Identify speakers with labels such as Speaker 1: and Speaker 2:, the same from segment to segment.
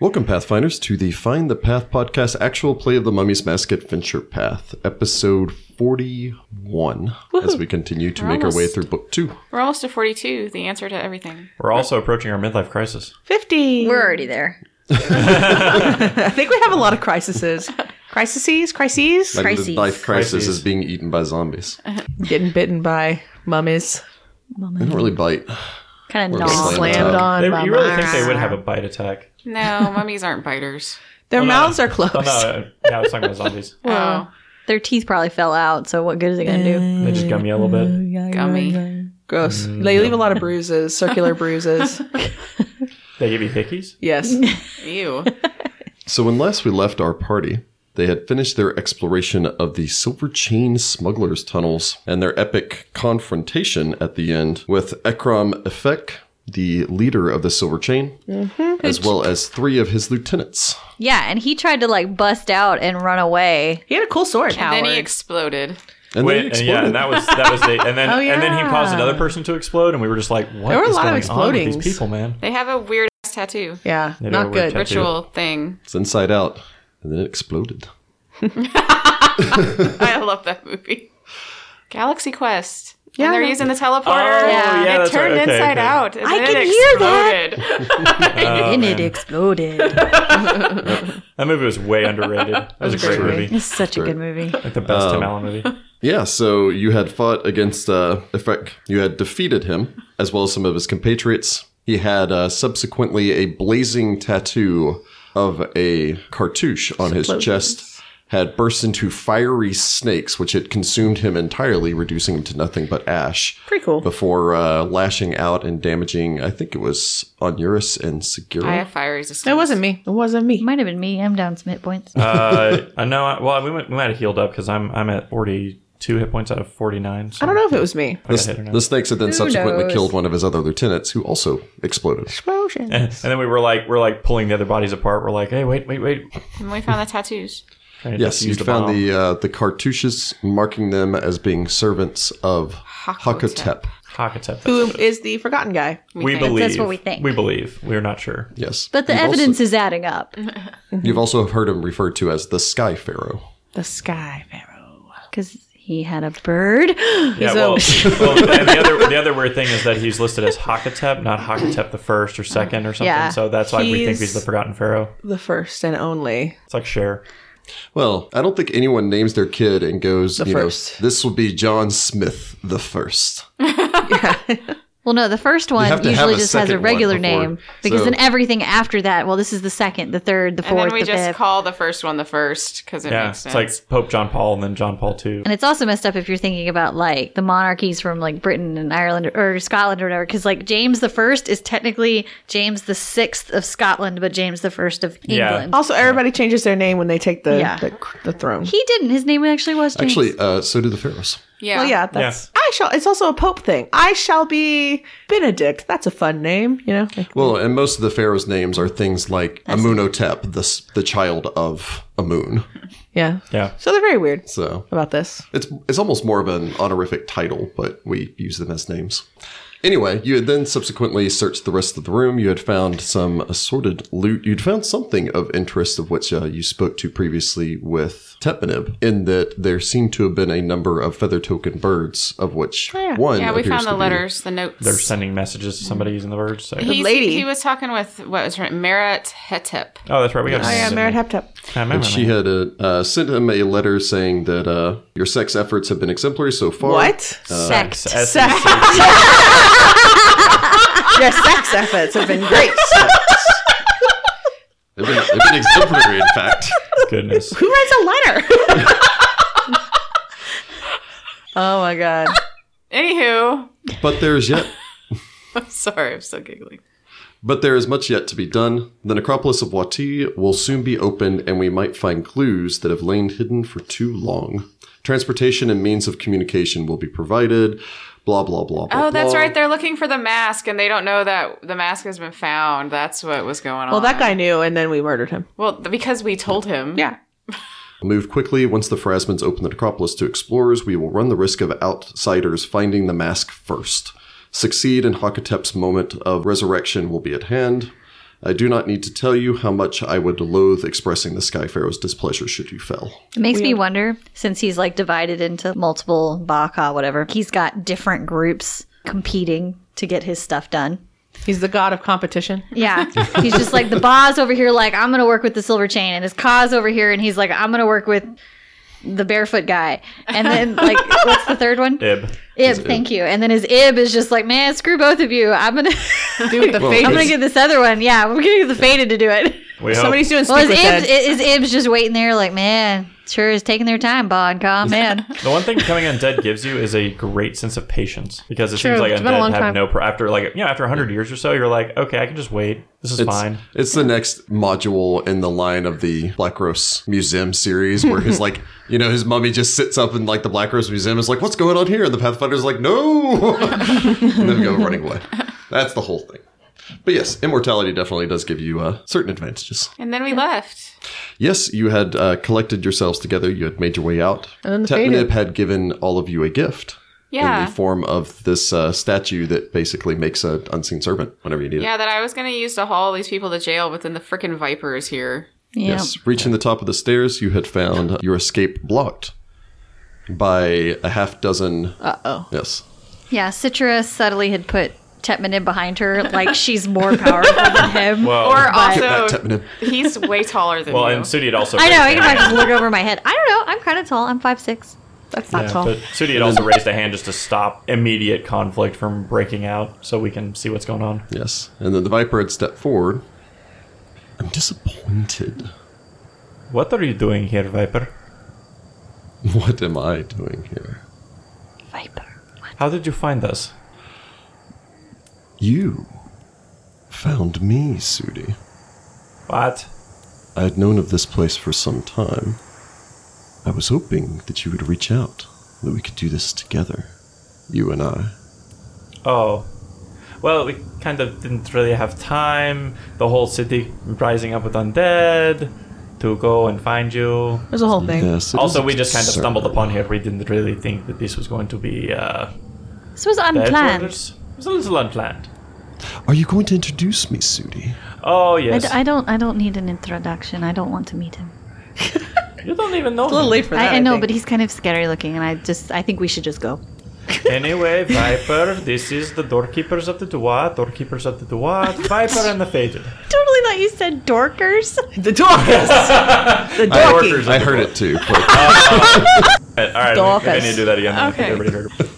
Speaker 1: Welcome, Pathfinders, to the Find the Path podcast, actual play of the Mummy's Mask Adventure Path, episode 41, as we continue to
Speaker 2: We're
Speaker 1: make our way
Speaker 2: almost-
Speaker 1: through book two.
Speaker 2: We're almost to 42, the answer to everything.
Speaker 3: We're also approaching our midlife crisis.
Speaker 4: 50.
Speaker 5: We're already there.
Speaker 4: I think we have a lot of crises. Crises? Crises?
Speaker 1: My
Speaker 5: Crises.
Speaker 1: midlife crisis
Speaker 3: Crises.
Speaker 1: is being eaten by zombies. I
Speaker 4: Getting bitten by mummies.
Speaker 1: don't really bite.
Speaker 5: Kind
Speaker 1: We're
Speaker 5: of
Speaker 1: Slammed
Speaker 5: gnawing.
Speaker 4: Slammed
Speaker 1: up.
Speaker 4: on
Speaker 3: They,
Speaker 4: by
Speaker 3: you really
Speaker 4: mice.
Speaker 3: think they would have a bite attack?
Speaker 2: No, mummies aren't biters.
Speaker 4: Their
Speaker 3: Oh, no.
Speaker 4: mouths are closed.
Speaker 3: Oh no, yeah, I was talking about zombies.
Speaker 2: Wow.
Speaker 5: Their teeth probably fell out, so what good is it going to do?
Speaker 3: They just gum you a little bit.
Speaker 2: Gummy.
Speaker 4: Gross. They leave a lot of bruises, circular bruises.
Speaker 3: They give you hickeys.
Speaker 4: Yes.
Speaker 2: Ew.
Speaker 1: So, when last we left our party, they had finished their exploration of the Silver Chain Smugglers' tunnels and their epic confrontation at the end with Ekram Efek, the leader of the Silver Chain, as well as three of his lieutenants.
Speaker 5: Yeah, and he tried to like bust out and run away.
Speaker 4: He had a cool sword.
Speaker 5: Cow-
Speaker 2: Then he
Speaker 5: Howard.
Speaker 2: exploded.
Speaker 1: And
Speaker 3: Wait,
Speaker 1: they
Speaker 3: and yeah,
Speaker 1: exploded.
Speaker 3: and that was that was the and then
Speaker 4: Oh,
Speaker 3: and then he caused
Speaker 4: yeah.
Speaker 3: another person to explode, and we were just like, what
Speaker 4: There were a
Speaker 3: is
Speaker 4: lot of
Speaker 3: going on with
Speaker 4: explodings.
Speaker 3: these people, man?
Speaker 2: They have a weird ass tattoo.
Speaker 4: Yeah,
Speaker 3: They
Speaker 4: not
Speaker 3: don't wear
Speaker 4: good.
Speaker 3: tech-
Speaker 2: Ritual thing.
Speaker 1: It's inside out, and then it exploded.
Speaker 2: I love that movie. Galaxy Quest. Yeah.
Speaker 4: Yeah.
Speaker 2: they're using the teleporter.
Speaker 3: Oh, yeah,
Speaker 2: It
Speaker 3: that's
Speaker 2: turned
Speaker 3: right. Okay,
Speaker 2: inside
Speaker 3: okay.
Speaker 2: out. And
Speaker 5: I
Speaker 2: then
Speaker 5: can
Speaker 2: it
Speaker 5: hear that.
Speaker 2: exploded.
Speaker 3: Oh,
Speaker 5: and
Speaker 3: man.
Speaker 5: it exploded.
Speaker 3: That movie was way underrated. That was a great
Speaker 4: great
Speaker 3: movie,
Speaker 5: It's such a good movie.
Speaker 3: like the best
Speaker 1: Um,
Speaker 3: Tim Allen movie.
Speaker 1: Yeah, so you had fought against uh, Efek. You had defeated him, as well as some of his compatriots. He had uh, subsequently a blazing tattoo of a cartouche on his chest, had burst into fiery snakes, which had consumed him entirely, reducing him to nothing but ash.
Speaker 4: Pretty cool.
Speaker 1: Before uh, lashing out and damaging, I think it was Onuris and Segura.
Speaker 2: I have fire resistance.
Speaker 4: It wasn't me. It wasn't
Speaker 5: It
Speaker 4: me.
Speaker 5: might have been me. I'm down some hit points.
Speaker 3: Uh, I know. I- Well, we might, we might have healed up because I'm I'm at 42 hit points out of 49. So
Speaker 4: I don't know if it was me.
Speaker 3: I got hit or not.
Speaker 1: the snakes had then subsequently
Speaker 5: knows?
Speaker 1: killed one of his other lieutenants, who also exploded.
Speaker 3: And then we were like, we're like pulling the other bodies apart. We're like, hey, wait, wait, wait.
Speaker 2: And we found the tattoos.
Speaker 3: Trying to
Speaker 1: Yes,
Speaker 3: defuse
Speaker 1: you found
Speaker 3: bomb.
Speaker 1: the uh, the cartouches marking them as being servants of
Speaker 2: Hakotep.
Speaker 1: Hakotep.
Speaker 3: Hakatep.
Speaker 4: Who is the forgotten guy?
Speaker 3: We
Speaker 2: think.
Speaker 3: believe.
Speaker 5: That's what we think.
Speaker 3: We believe. We're not sure.
Speaker 1: Yes,
Speaker 5: But the
Speaker 1: You've also-
Speaker 5: evidence is adding up.
Speaker 1: you've also heard him referred to as the Sky Pharaoh.
Speaker 4: The Sky Pharaoh.
Speaker 5: Because he had a bird.
Speaker 3: yeah. Well, well, and the other the other weird thing is that he's listed as Hakatep, not Hakatep the first or second or something.
Speaker 5: Yeah.
Speaker 3: So that's why we think
Speaker 4: He's-
Speaker 3: he's the Forgotten Pharaoh.
Speaker 4: The first and only.
Speaker 3: It's like Cher.
Speaker 1: Well, I don't think anyone names their kid and goes, you
Speaker 4: first.
Speaker 1: know, this will be John Smith the first.
Speaker 5: well, no, the first one
Speaker 1: have to have
Speaker 5: usually
Speaker 1: a
Speaker 5: just has a
Speaker 1: second one
Speaker 5: regular
Speaker 1: before-
Speaker 5: name. Because
Speaker 1: so-
Speaker 5: then everything after that, well, this is the second, the third, the
Speaker 2: And
Speaker 5: fourth,
Speaker 2: then we
Speaker 5: the
Speaker 2: just
Speaker 5: fifth.
Speaker 2: call the first one the first because it
Speaker 3: Yeah.
Speaker 2: makes sense.
Speaker 3: It's like Pope John Paul and then John Paul II.
Speaker 5: and it's also messed up if you're thinking about like the monarchies from like Britain and Ireland or Scotland or whatever, because like James the First is technically James the Sixth of Scotland, but James the First of
Speaker 3: Yeah.
Speaker 5: England.
Speaker 4: Also, everybody changes their name when they take the
Speaker 5: Yeah.
Speaker 4: the, the throne.
Speaker 5: He didn't. His name actually was James.
Speaker 1: Actually, uh, so do the pharaohs.
Speaker 2: yeah.
Speaker 4: Well, yeah, that's I shall. It's also a pope thing. I shall be Benedict. That's a fun name, you know. Like,
Speaker 1: Well, and most of the pharaohs' names are things like Amunotep, the s- the child of Amun.
Speaker 4: yeah.
Speaker 3: Yeah.
Speaker 4: So they're very weird
Speaker 1: So
Speaker 4: about this.
Speaker 1: It's it's almost more of an honorific title, but we use them as names. Anyway, you had then subsequently searched the rest of the room. You had found some assorted loot. You'd found something of interest, of which uh, you spoke to previously with Tepmanib, in that there seemed to have been a number of feather token birds, of which one
Speaker 2: Oh, Yeah, we
Speaker 1: appears
Speaker 2: found the
Speaker 1: to be-
Speaker 2: letters, the notes.
Speaker 3: They're sending messages to somebody using the words. So.
Speaker 2: He's-
Speaker 4: lady.
Speaker 2: He was talking with what was her Merit Hetep.
Speaker 3: Oh, that's right. We got.
Speaker 4: I am Merit Heptep.
Speaker 1: And she had uh uh, sent him a letter saying that uh, your sex efforts have been exemplary so far.
Speaker 4: What?
Speaker 5: Sect.
Speaker 4: Sex. Your sex efforts have been great.
Speaker 1: They've been, they've been exemplary, in fact.
Speaker 3: Goodness.
Speaker 4: Who writes a letter? oh my god.
Speaker 2: Anywho,
Speaker 1: But there's yet
Speaker 2: I'm sorry, I'm still giggling.
Speaker 1: But there is much yet to be done. The necropolis of Wati will soon be opened, and we might find clues that have lain hidden for too long. Transportation and means of communication will be provided. Blah blah blah. blah
Speaker 2: Oh, that's
Speaker 1: blah.
Speaker 2: right. They're looking for the mask, and they don't know that the mask has been found. That's what was going on.
Speaker 4: Well, that guy knew, and then we murdered him.
Speaker 2: Well, th- because we told him.
Speaker 4: Yeah.
Speaker 1: Move quickly. Once the Phrasmans open the necropolis to explorers, we will run the risk of outsiders finding the mask first. Succeed, and Hakatep's moment of resurrection will be at hand. I do not need to tell you how much I would loathe expressing the Sky Pharaoh's displeasure should you fail.
Speaker 5: It makes me wonder, since he's like divided into multiple Baka, whatever, he's got different groups competing to get his stuff done.
Speaker 4: He's the god of competition.
Speaker 5: Yeah. he's just like the boss over here, like, I'm going to work with the silver chain. And his cause over here, and he's like, I'm going to work with the barefoot guy. And then, like, what's the third one? Ib.
Speaker 3: Ib.
Speaker 5: thank you. And then his Ib is just like, man, screw both of you. I'm going to.
Speaker 4: Dude, the
Speaker 1: Well,
Speaker 4: fate.
Speaker 5: I'm gonna get this other one. Yeah, we're gonna get the faded to do it.
Speaker 3: We hope.
Speaker 4: Somebody's doing
Speaker 5: Well,
Speaker 4: well,
Speaker 5: his Ibs, his Ibs just waiting there, like man, sure is taking their time, Bon. Calm man.
Speaker 3: The one thing becoming undead gives you is a great sense of patience because it seems
Speaker 4: True.
Speaker 3: like
Speaker 4: It's been a
Speaker 3: undead
Speaker 4: long
Speaker 3: have
Speaker 4: time.
Speaker 3: no pro- after like you know after 100 years or so you're like okay I can just wait this is
Speaker 1: It's,
Speaker 3: fine
Speaker 1: it's the next module in the line of the Black Rose Museum series where his like, you know, his mummy just sits up in like the Black Rose Museum is like, what's going on here? And the Pathfinder's like, no, and then go running away. That's the whole thing. But yes, immortality definitely does give you uh, certain advantages.
Speaker 2: And then we left.
Speaker 1: Yes, you had uh, collected yourselves together. You had made your way out.
Speaker 4: And then the
Speaker 1: Tetmanib
Speaker 4: faded.
Speaker 1: had given all of you a gift. In
Speaker 2: Yeah.
Speaker 1: the form of this uh, statue that basically makes an unseen servant whenever you need it.
Speaker 2: Yeah, that I was gonna use to haul these people to jail, but then the freaking vipers here.
Speaker 5: Yeah.
Speaker 1: Yes. Reaching the top of the stairs, you had found your escape blocked by a half dozen. Uh
Speaker 4: Uh-oh.
Speaker 1: Yes.
Speaker 5: Yeah, Citra subtly had put Tetman in behind her, like she's more powerful than him.
Speaker 3: well
Speaker 2: Or
Speaker 1: Get that
Speaker 2: also,
Speaker 1: Tetmanib.
Speaker 2: he's way taller than
Speaker 3: well
Speaker 2: you.
Speaker 3: and Sudi had also
Speaker 5: I know, I
Speaker 3: raised a
Speaker 5: can probably
Speaker 3: hand.
Speaker 5: just look over my head. I don't know, I'm kind of tall. I'm five six.
Speaker 4: That's not
Speaker 3: Yeah,
Speaker 4: tall.
Speaker 3: but Sudi had also raised a hand just to stop immediate conflict from breaking out so we can see what's going on
Speaker 1: Yes. And then the Viper had stepped forward. I'm disappointed.
Speaker 3: what are you doing here Viper
Speaker 1: What am I doing here?
Speaker 5: Viper.
Speaker 3: how did you find us
Speaker 1: You found me, Sudi.
Speaker 3: what
Speaker 1: I had known of this place for some time. I was hoping that you would reach out, that we could do this together, you and I.
Speaker 3: oh well we kind of didn't really have time the whole city rising up with undead to go and find you
Speaker 4: There's a whole thing.
Speaker 1: Yes, it is
Speaker 3: Also,
Speaker 1: a
Speaker 3: we just kind of
Speaker 1: concern.
Speaker 3: stumbled upon here. We didn't really think that this was going to be uh,
Speaker 5: This was
Speaker 3: bad
Speaker 5: unplanned. I,
Speaker 3: orders. It was a little unplanned.
Speaker 1: Are you going to introduce me, Sudi?
Speaker 3: Oh
Speaker 5: d-
Speaker 3: yes,
Speaker 5: I don't. I don't need an introduction. I don't want to meet him.
Speaker 3: you don't even know.
Speaker 4: A little
Speaker 3: me.
Speaker 4: late for that.
Speaker 5: I, I know,
Speaker 4: think.
Speaker 5: but he's kind of scary looking, and I just. I think we should just go.
Speaker 3: Anyway, Viper, this is the doorkeepers of the Duat. Doorkeepers of the Duat. Viper and the Faded.
Speaker 5: Totally thought you said dorkers.
Speaker 4: the dorcas. the dorky.
Speaker 1: I heard it too. but-
Speaker 3: All right,
Speaker 4: Dorcas.
Speaker 3: I need to do that again. I think
Speaker 2: Okay.
Speaker 3: everybody heard. it.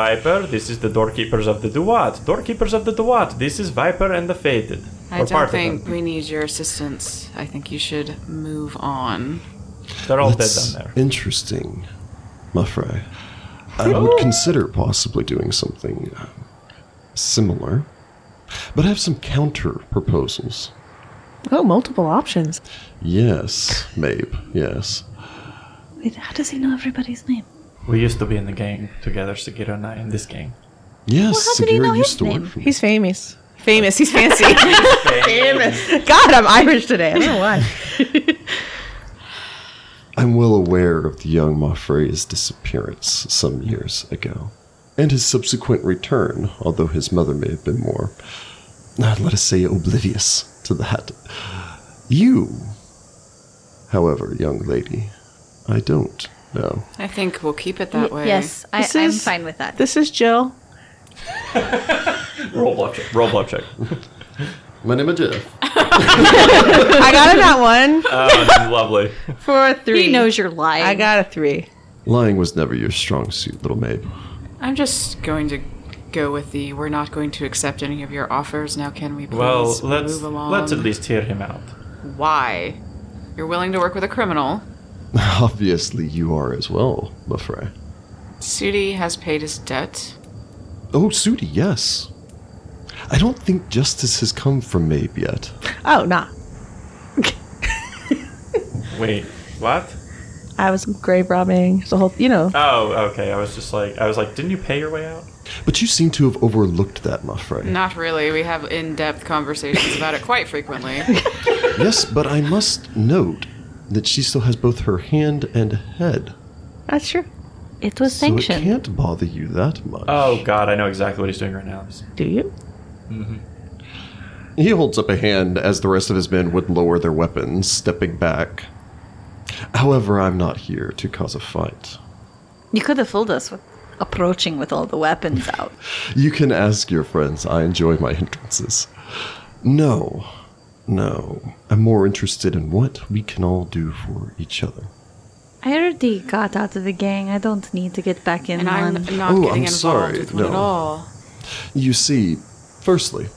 Speaker 3: Viper, this is the doorkeepers of the Duat. Doorkeepers of the Duat. This is Viper and the Faded.
Speaker 2: I
Speaker 3: Or part
Speaker 2: don't
Speaker 3: of
Speaker 2: think
Speaker 3: them.
Speaker 2: we need your assistance. I think you should move on.
Speaker 3: they're all dead
Speaker 1: That's
Speaker 3: down there.
Speaker 1: interesting, Muffray. I would consider possibly doing something uh, similar, but I have some counter proposals.
Speaker 4: Oh, multiple options.
Speaker 1: Yes, Mabe. Yes.
Speaker 5: Wait, how does he know everybody's name?
Speaker 3: We used to be in the gang together, Sekiro and I, in this gang.
Speaker 5: Well,
Speaker 1: Yes,
Speaker 5: how did he know
Speaker 1: Sagira
Speaker 5: his
Speaker 1: used to work
Speaker 5: name?
Speaker 1: for me.
Speaker 4: He's famous. Famous. He's fancy. famous. God, I'm Irish today. I don't know why.
Speaker 1: I'm well aware of the young Mafre's disappearance some years ago, and his subsequent return, although his mother may have been more, uh, let us say, oblivious to that. You, however, young lady, I don't know.
Speaker 2: I think we'll keep it that way.
Speaker 5: Yes, I,
Speaker 4: This
Speaker 5: I'm
Speaker 4: is-
Speaker 5: fine with that.
Speaker 4: This is Jill.
Speaker 3: Roll bluff check. Roll bluff check. Uh,
Speaker 1: My name is Jeff.
Speaker 4: I got that one
Speaker 3: Oh, lovely.
Speaker 4: for a three.
Speaker 5: He knows you're lying.
Speaker 4: I got a three.
Speaker 1: Lying was never your strong suit, little maid.
Speaker 2: I'm just going to go with the we're not going to accept any of your offers. Now can we please
Speaker 3: Well, let's
Speaker 2: move along?
Speaker 3: let's at least hear him out.
Speaker 2: Why? You're willing to work with a criminal.
Speaker 1: Obviously, you are as well, Mafre.
Speaker 2: Sudi has paid his debt.
Speaker 1: Oh, Sudi, yes. I don't think justice has come from Mabe yet.
Speaker 4: Oh, nah.
Speaker 3: Wait, what?
Speaker 4: I was grave robbing. The whole, you know.
Speaker 3: Oh, okay. I was just like, I was like, didn't you pay your way out?
Speaker 1: But you seem to have overlooked that, Mafre.
Speaker 2: Not really. We have in-depth conversations about it quite frequently.
Speaker 1: Yes, but I must note that she still has both her hand and head.
Speaker 4: That's true.
Speaker 5: it was
Speaker 1: So it
Speaker 5: sanctioned.
Speaker 1: can't bother you that much.
Speaker 3: Oh God, I know exactly what he's doing right now.
Speaker 4: Do you?
Speaker 1: He holds up a hand as the rest of his men would lower their weapons, stepping back. However, I'm not here to cause a fight.
Speaker 5: You could have fooled us with approaching with all the weapons out.
Speaker 1: You can ask your friends. I enjoy my hindrances. No, no. I'm more interested in what we can all do for each other.
Speaker 5: I already got out of the gang. I don't need to get back in
Speaker 2: And I'm
Speaker 5: one.
Speaker 2: not
Speaker 1: Ooh,
Speaker 2: getting
Speaker 1: I'm
Speaker 2: involved
Speaker 1: sorry,
Speaker 2: with one at
Speaker 1: no.
Speaker 2: all.
Speaker 1: You see, firstly,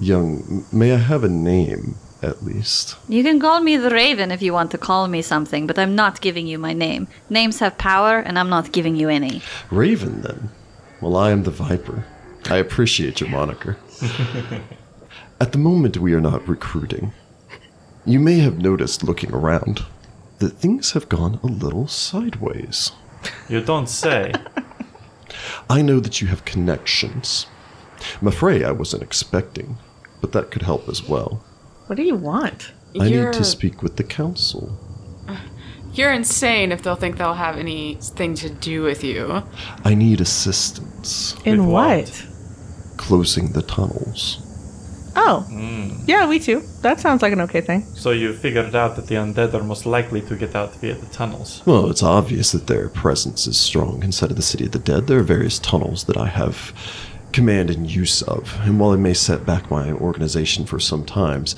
Speaker 1: young, may I have a name at least?
Speaker 5: You can call me the Raven if you want to call me something, but I'm not giving you my name. Names have power, and I'm not giving you any.
Speaker 1: Raven, then. Well, I am the Viper. I appreciate your moniker. At the moment, we are not recruiting. You may have noticed looking around that things have gone a little sideways.
Speaker 3: You don't say.
Speaker 1: I know that you have connections. I'm afraid I wasn't expecting, but that could help as well.
Speaker 4: What do you want?
Speaker 1: I
Speaker 2: you're,
Speaker 1: need to speak with the council.
Speaker 2: You're insane if they'll think they'll have anything to do with you.
Speaker 1: I need assistance
Speaker 4: In
Speaker 3: With
Speaker 4: what?
Speaker 3: what?
Speaker 1: closing the tunnels.
Speaker 4: Oh. Yeah, we too. That sounds like an okay thing.
Speaker 3: So you figured out that the undead are most likely to get out via the tunnels.
Speaker 1: Well, it's obvious that their presence is strong inside of the City of the Dead. There are various tunnels that I have command and use of, and while it may set back my organization for some times,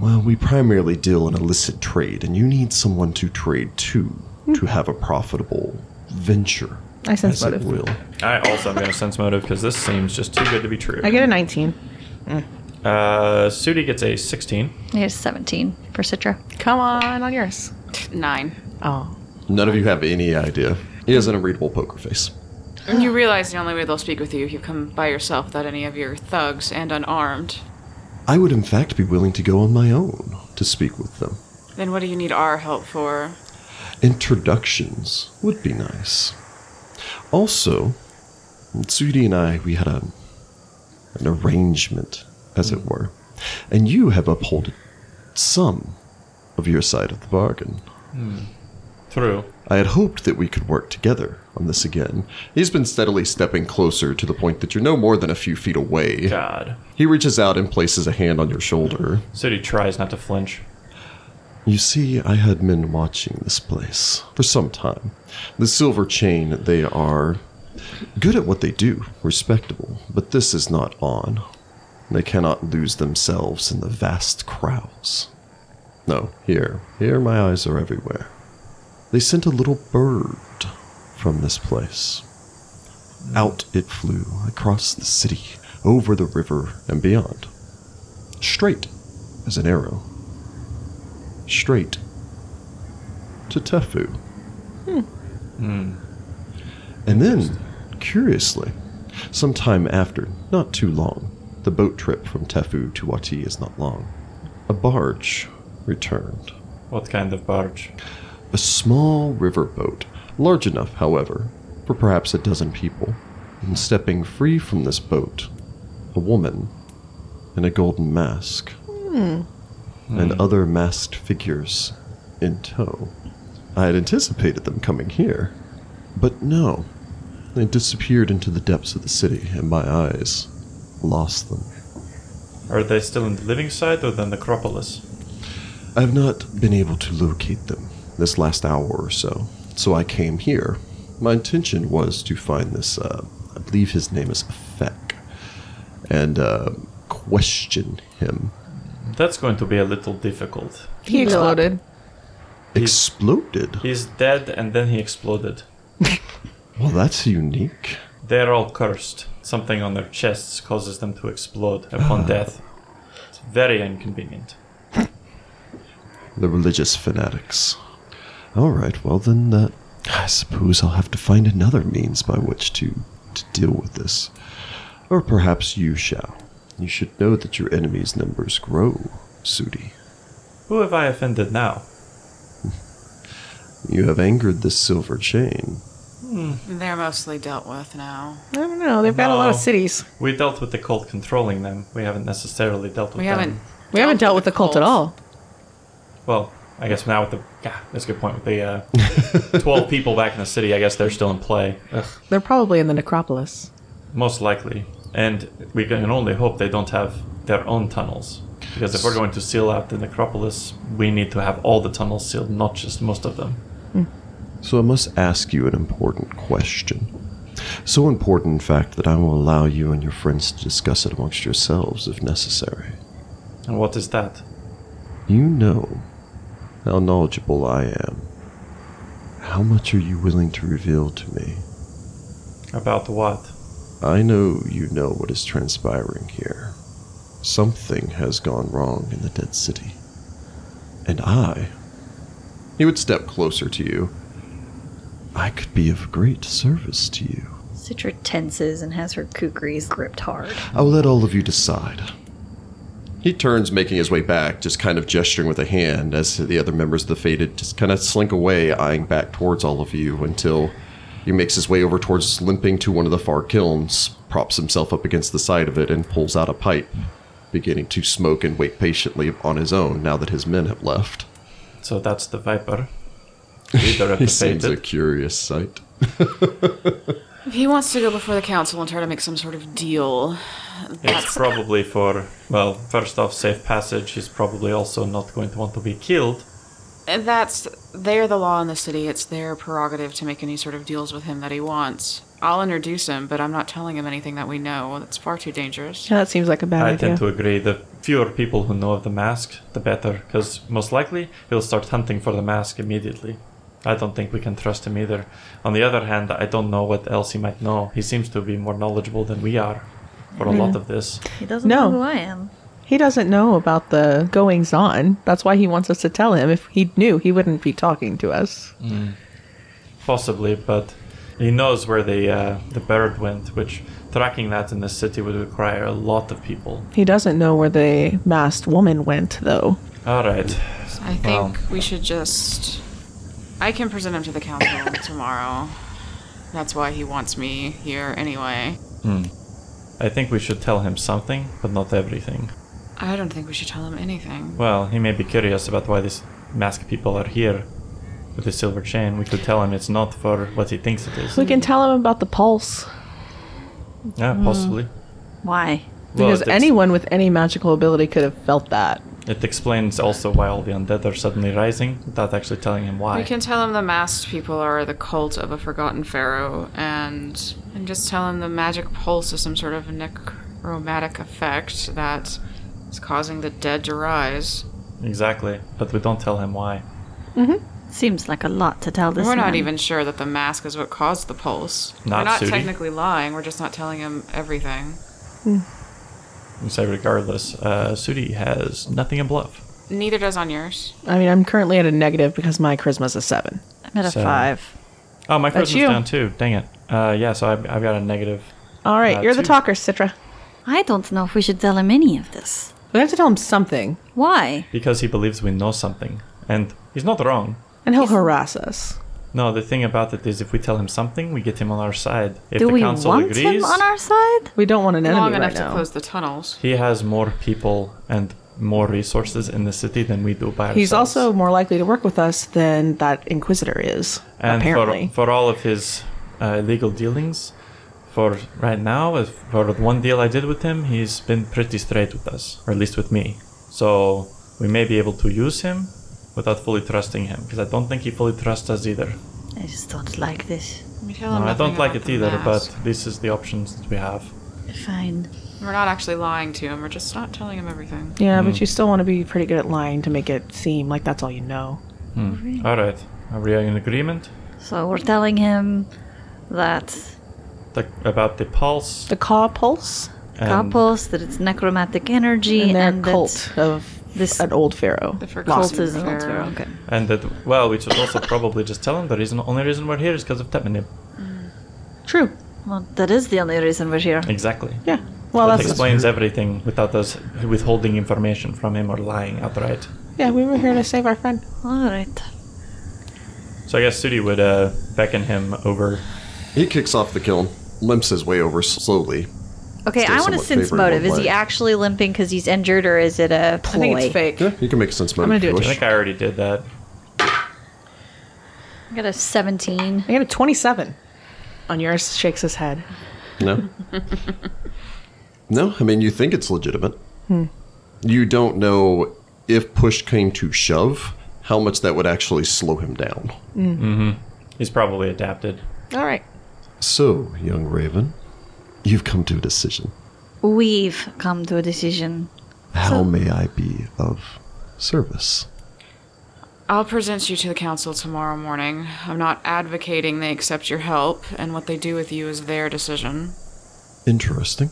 Speaker 1: well, we primarily deal in illicit trade, and you need someone to trade to to have a profitable venture.
Speaker 4: I sense
Speaker 1: as it
Speaker 4: motive.
Speaker 1: will.
Speaker 3: I also am going to sense motive because this seems just too good to be true.
Speaker 4: I get a 19.
Speaker 3: Uh, Sudi gets a 16.
Speaker 5: Here's 17 for Citra.
Speaker 4: Come on, on yours.
Speaker 2: Nine.
Speaker 4: Oh.
Speaker 1: None of you have any idea. He has an unreadable poker face.
Speaker 2: And you realize the only way they'll speak with you if you come by yourself without any of your thugs and unarmed.
Speaker 1: I would, in fact, be willing to go on my own to speak with them.
Speaker 2: Then what do you need our help for?
Speaker 1: introductions would be nice. Also, Tsudi and I, we had a, an arrangement, as it were, and you have upheld some of your side of the bargain.
Speaker 3: True.
Speaker 1: I had hoped that we could work together on this again. He's been steadily stepping closer to the point that you're no more than a few feet away.
Speaker 3: God.
Speaker 1: He reaches out and places a hand on your shoulder.
Speaker 3: Sudi tries not to flinch.
Speaker 1: You see, I had men watching this place for some time. The Silver Chain, they are good at what they do, respectable, but this is not on. They cannot lose themselves in the vast crowds. No, here, here my eyes are everywhere. They sent a little bird from this place. Out it flew, across the city, over the river, and beyond. Straight as an arrow straight to Tefu. Hmm. And then, curiously, sometime after, not too long, the boat trip from Tefu to Wati is not long, a barge returned.
Speaker 3: What kind of barge?
Speaker 1: A small river boat, large enough, however, for perhaps a dozen people. And stepping free from this boat, a woman in a golden mask and other masked figures in tow. I had anticipated them coming here, but no. They disappeared into the depths of the city, and my eyes lost them.
Speaker 3: Are they still in the living side or the necropolis?
Speaker 1: I have not been able to locate them this last hour or so, so I came here. My intention was to find this, uh, I believe his name is Feck, and uh, question him.
Speaker 3: That's going to be a little difficult.
Speaker 4: He exploded.
Speaker 1: Exploded?
Speaker 3: He's dead and then he exploded.
Speaker 1: Well, that's unique.
Speaker 3: They're all cursed. Something on their chests causes them to explode upon death. It's very inconvenient.
Speaker 1: The religious fanatics. All right, well, then that. I suppose I'll have to find another means by which to, to deal with this. Or perhaps you shall. You should know that your enemy's numbers grow, Sudi.
Speaker 3: Who have I offended now?
Speaker 1: You have angered this silver chain.
Speaker 2: They're mostly dealt with now.
Speaker 4: I don't know. They've got a lot of
Speaker 3: No.
Speaker 4: cities.
Speaker 3: We dealt with the cult controlling them. We haven't necessarily dealt with
Speaker 2: We
Speaker 3: them.
Speaker 2: haven't.
Speaker 4: We haven't dealt with the cult at all.
Speaker 3: Well, I guess now with the yeah, that's a good point. With the uh, twelve people back in the city, I guess they're still in play. Ugh.
Speaker 4: They're probably in the necropolis.
Speaker 3: Most likely, And we can only hope they don't have their own tunnels. Because if we're going to seal out the necropolis, we need to have all the tunnels sealed, not just most of them.
Speaker 1: So I must ask you an important question. So important, in fact, that I will allow you and your friends to discuss it amongst yourselves if necessary.
Speaker 3: And what is that?
Speaker 1: You know how knowledgeable I am. How much are you willing to reveal to me?
Speaker 3: About what?
Speaker 1: I know you know what is transpiring here. Something has gone wrong in the Dead City. And I. He would step closer to you. I could be of great service to you.
Speaker 5: Citra tenses and has her kukris gripped hard.
Speaker 1: I'll let all of you decide. He turns, making his way back, just kind of gesturing with a hand as the other members of the Faded just kind of slink away, eyeing back towards all of you until he makes his way over towards limping to one of the far kilns, props himself up against the side of it, and pulls out a pipe, beginning to smoke and wait patiently on his own now that his men have left.
Speaker 3: So that's the Viper. Leader of
Speaker 1: He
Speaker 3: the
Speaker 1: seems a
Speaker 3: Fated.
Speaker 1: curious sight.
Speaker 2: He wants to go before the council and try to make some sort of deal.
Speaker 3: It's probably for, well, first off, safe passage. He's probably also not going to want to be killed.
Speaker 2: And that's they're the law in the city. It's their prerogative to make any sort of deals with him that he wants. I'll introduce him, but I'm not telling him anything that we know. It's far too dangerous.
Speaker 4: Yeah, that seems like a bad
Speaker 3: I
Speaker 4: idea.
Speaker 3: tend to agree. The fewer people who know of the mask, the better, because most likely he'll start hunting for the mask immediately. I don't think we can trust him either. On the other hand, I don't know what else he might know. He seems to be more knowledgeable than we are for a lot of this.
Speaker 5: He doesn't
Speaker 4: No.
Speaker 5: know who I am.
Speaker 4: He doesn't know about the goings on. That's why he wants us to tell him. If he knew, he wouldn't be talking to us.
Speaker 3: Possibly, but he knows where the uh, the bird went, which tracking that in this city would require a lot of people.
Speaker 4: He doesn't know where the masked woman went, though.
Speaker 3: All right.
Speaker 2: I think
Speaker 3: Well-
Speaker 2: we should just. I can present him to the council tomorrow. That's why he wants me here anyway.
Speaker 3: I think we should tell him something, but not everything.
Speaker 2: I don't think we should tell him anything.
Speaker 3: Well, he may be curious about why these masked people are here with the silver chain. We could tell him it's not for what he thinks it is.
Speaker 4: We can tell him about the pulse.
Speaker 3: Yeah, possibly.
Speaker 5: Why?
Speaker 3: Well,
Speaker 4: Because
Speaker 3: it ex-
Speaker 4: anyone with any magical ability could have felt that.
Speaker 3: It explains also why all the undead are suddenly rising without actually telling him why.
Speaker 2: We can tell him the masked people are the cult of a forgotten pharaoh, and and just tell him the magic pulse is some sort of necromantic effect that is causing the dead to rise.
Speaker 3: Exactly, but we don't tell him why.
Speaker 5: Seems like a lot to tell this
Speaker 2: We're not
Speaker 5: man.
Speaker 2: even sure that the mask is what caused the pulse.
Speaker 3: Not
Speaker 2: we're not
Speaker 3: Sudi?
Speaker 2: technically lying. We're just not telling him everything.
Speaker 3: We say regardless, uh, Sudi has nothing in bluff.
Speaker 2: Neither does on yours.
Speaker 4: I mean, I'm currently at a negative because my charisma's a seven.
Speaker 5: I'm at a
Speaker 3: So-
Speaker 5: five.
Speaker 3: Oh, my
Speaker 4: That's
Speaker 3: charisma's
Speaker 4: you.
Speaker 3: down too. Dang it. Uh, yeah, so I've, I've got a negative.
Speaker 4: All right,
Speaker 3: Uh,
Speaker 4: you're the
Speaker 3: two.
Speaker 4: talker, Citra.
Speaker 5: I don't know if we should tell him any of this.
Speaker 4: We have to tell him something,
Speaker 5: Why?
Speaker 3: because he believes we know something. And he's not wrong.
Speaker 4: and he'll harass us.
Speaker 3: No, the thing about it is if we tell him something, we get him on our side. If
Speaker 5: Do
Speaker 3: the
Speaker 5: we
Speaker 3: council
Speaker 5: want
Speaker 3: agrees,
Speaker 5: him on our side?
Speaker 4: We don't want an enemy
Speaker 2: Long enough
Speaker 4: right
Speaker 2: to
Speaker 4: now.
Speaker 2: close the tunnels.
Speaker 3: he has more people and more resources in the city than we do by
Speaker 4: He's
Speaker 3: ourselves.
Speaker 4: also more likely to work with us than that Inquisitor is,
Speaker 3: and
Speaker 4: apparently.
Speaker 3: For, for all of his uh, legal dealings, for right now, if for the one deal I did with him, he's been pretty straight with us, or at least with me. So we may be able to use him without fully trusting him, because I don't think he fully trusts us either.
Speaker 5: I just don't like this.
Speaker 2: We tell him
Speaker 3: No, I
Speaker 2: nothing
Speaker 3: don't like
Speaker 2: about
Speaker 3: it
Speaker 2: the
Speaker 3: either,
Speaker 2: mask.
Speaker 3: but this is the options that we have.
Speaker 5: Fine.
Speaker 2: we're not actually lying to him. We're just not telling him everything.
Speaker 4: yeah, but you still want to be pretty good at lying to make it seem like that's all you know.
Speaker 3: Hmm.
Speaker 4: Oh,
Speaker 3: All right, are we in agreement
Speaker 5: So we're telling him that
Speaker 3: the, about the pulse?
Speaker 4: The Caw Pulse
Speaker 3: and-
Speaker 5: couples, that it's necromantic energy,
Speaker 4: and their
Speaker 5: and that
Speaker 4: cult of
Speaker 5: this
Speaker 4: an old pharaoh.
Speaker 2: The forgotten
Speaker 5: cult is an
Speaker 2: pharaoh.
Speaker 5: altar. Okay.
Speaker 3: And that, well, we should also probably just tell him the reason, only reason we're here is because of Tepenim.
Speaker 4: True.
Speaker 5: Well, that is the only reason we're here.
Speaker 3: Exactly.
Speaker 4: Yeah. Well,
Speaker 3: that
Speaker 4: that's
Speaker 3: explains everything without us withholding information from him or lying outright.
Speaker 4: yeah. We were here to save our friend.
Speaker 5: All right.
Speaker 3: So I guess Sudi would uh, beckon him over.
Speaker 1: He kicks off the kiln, limps his way over slowly.
Speaker 5: Okay,
Speaker 1: Still
Speaker 5: I want to
Speaker 1: somewhat
Speaker 5: sense
Speaker 1: favoring
Speaker 5: motive.
Speaker 1: one
Speaker 5: Is he
Speaker 1: leg.
Speaker 5: actually limping because he's injured, or is it a ploy?
Speaker 4: I think it's fake.
Speaker 1: Yeah, you can make a sense motive.
Speaker 4: gonna
Speaker 1: if
Speaker 4: do
Speaker 1: you
Speaker 4: it
Speaker 3: I
Speaker 1: wish.
Speaker 3: think I already did that.
Speaker 5: I got a 17.
Speaker 4: I got a 27. On yours, shakes his head.
Speaker 1: No. No, I mean, you think it's legitimate. You don't know if push came to shove, how much that would actually slow him down.
Speaker 3: He's probably adapted.
Speaker 4: All right.
Speaker 1: So, young Raven, you've come to a decision.
Speaker 5: We've come to a decision.
Speaker 1: How may I be of service?
Speaker 2: I'll present you to the council tomorrow morning. I'm not advocating they accept your help, and what they do with you is their decision.
Speaker 1: Interesting.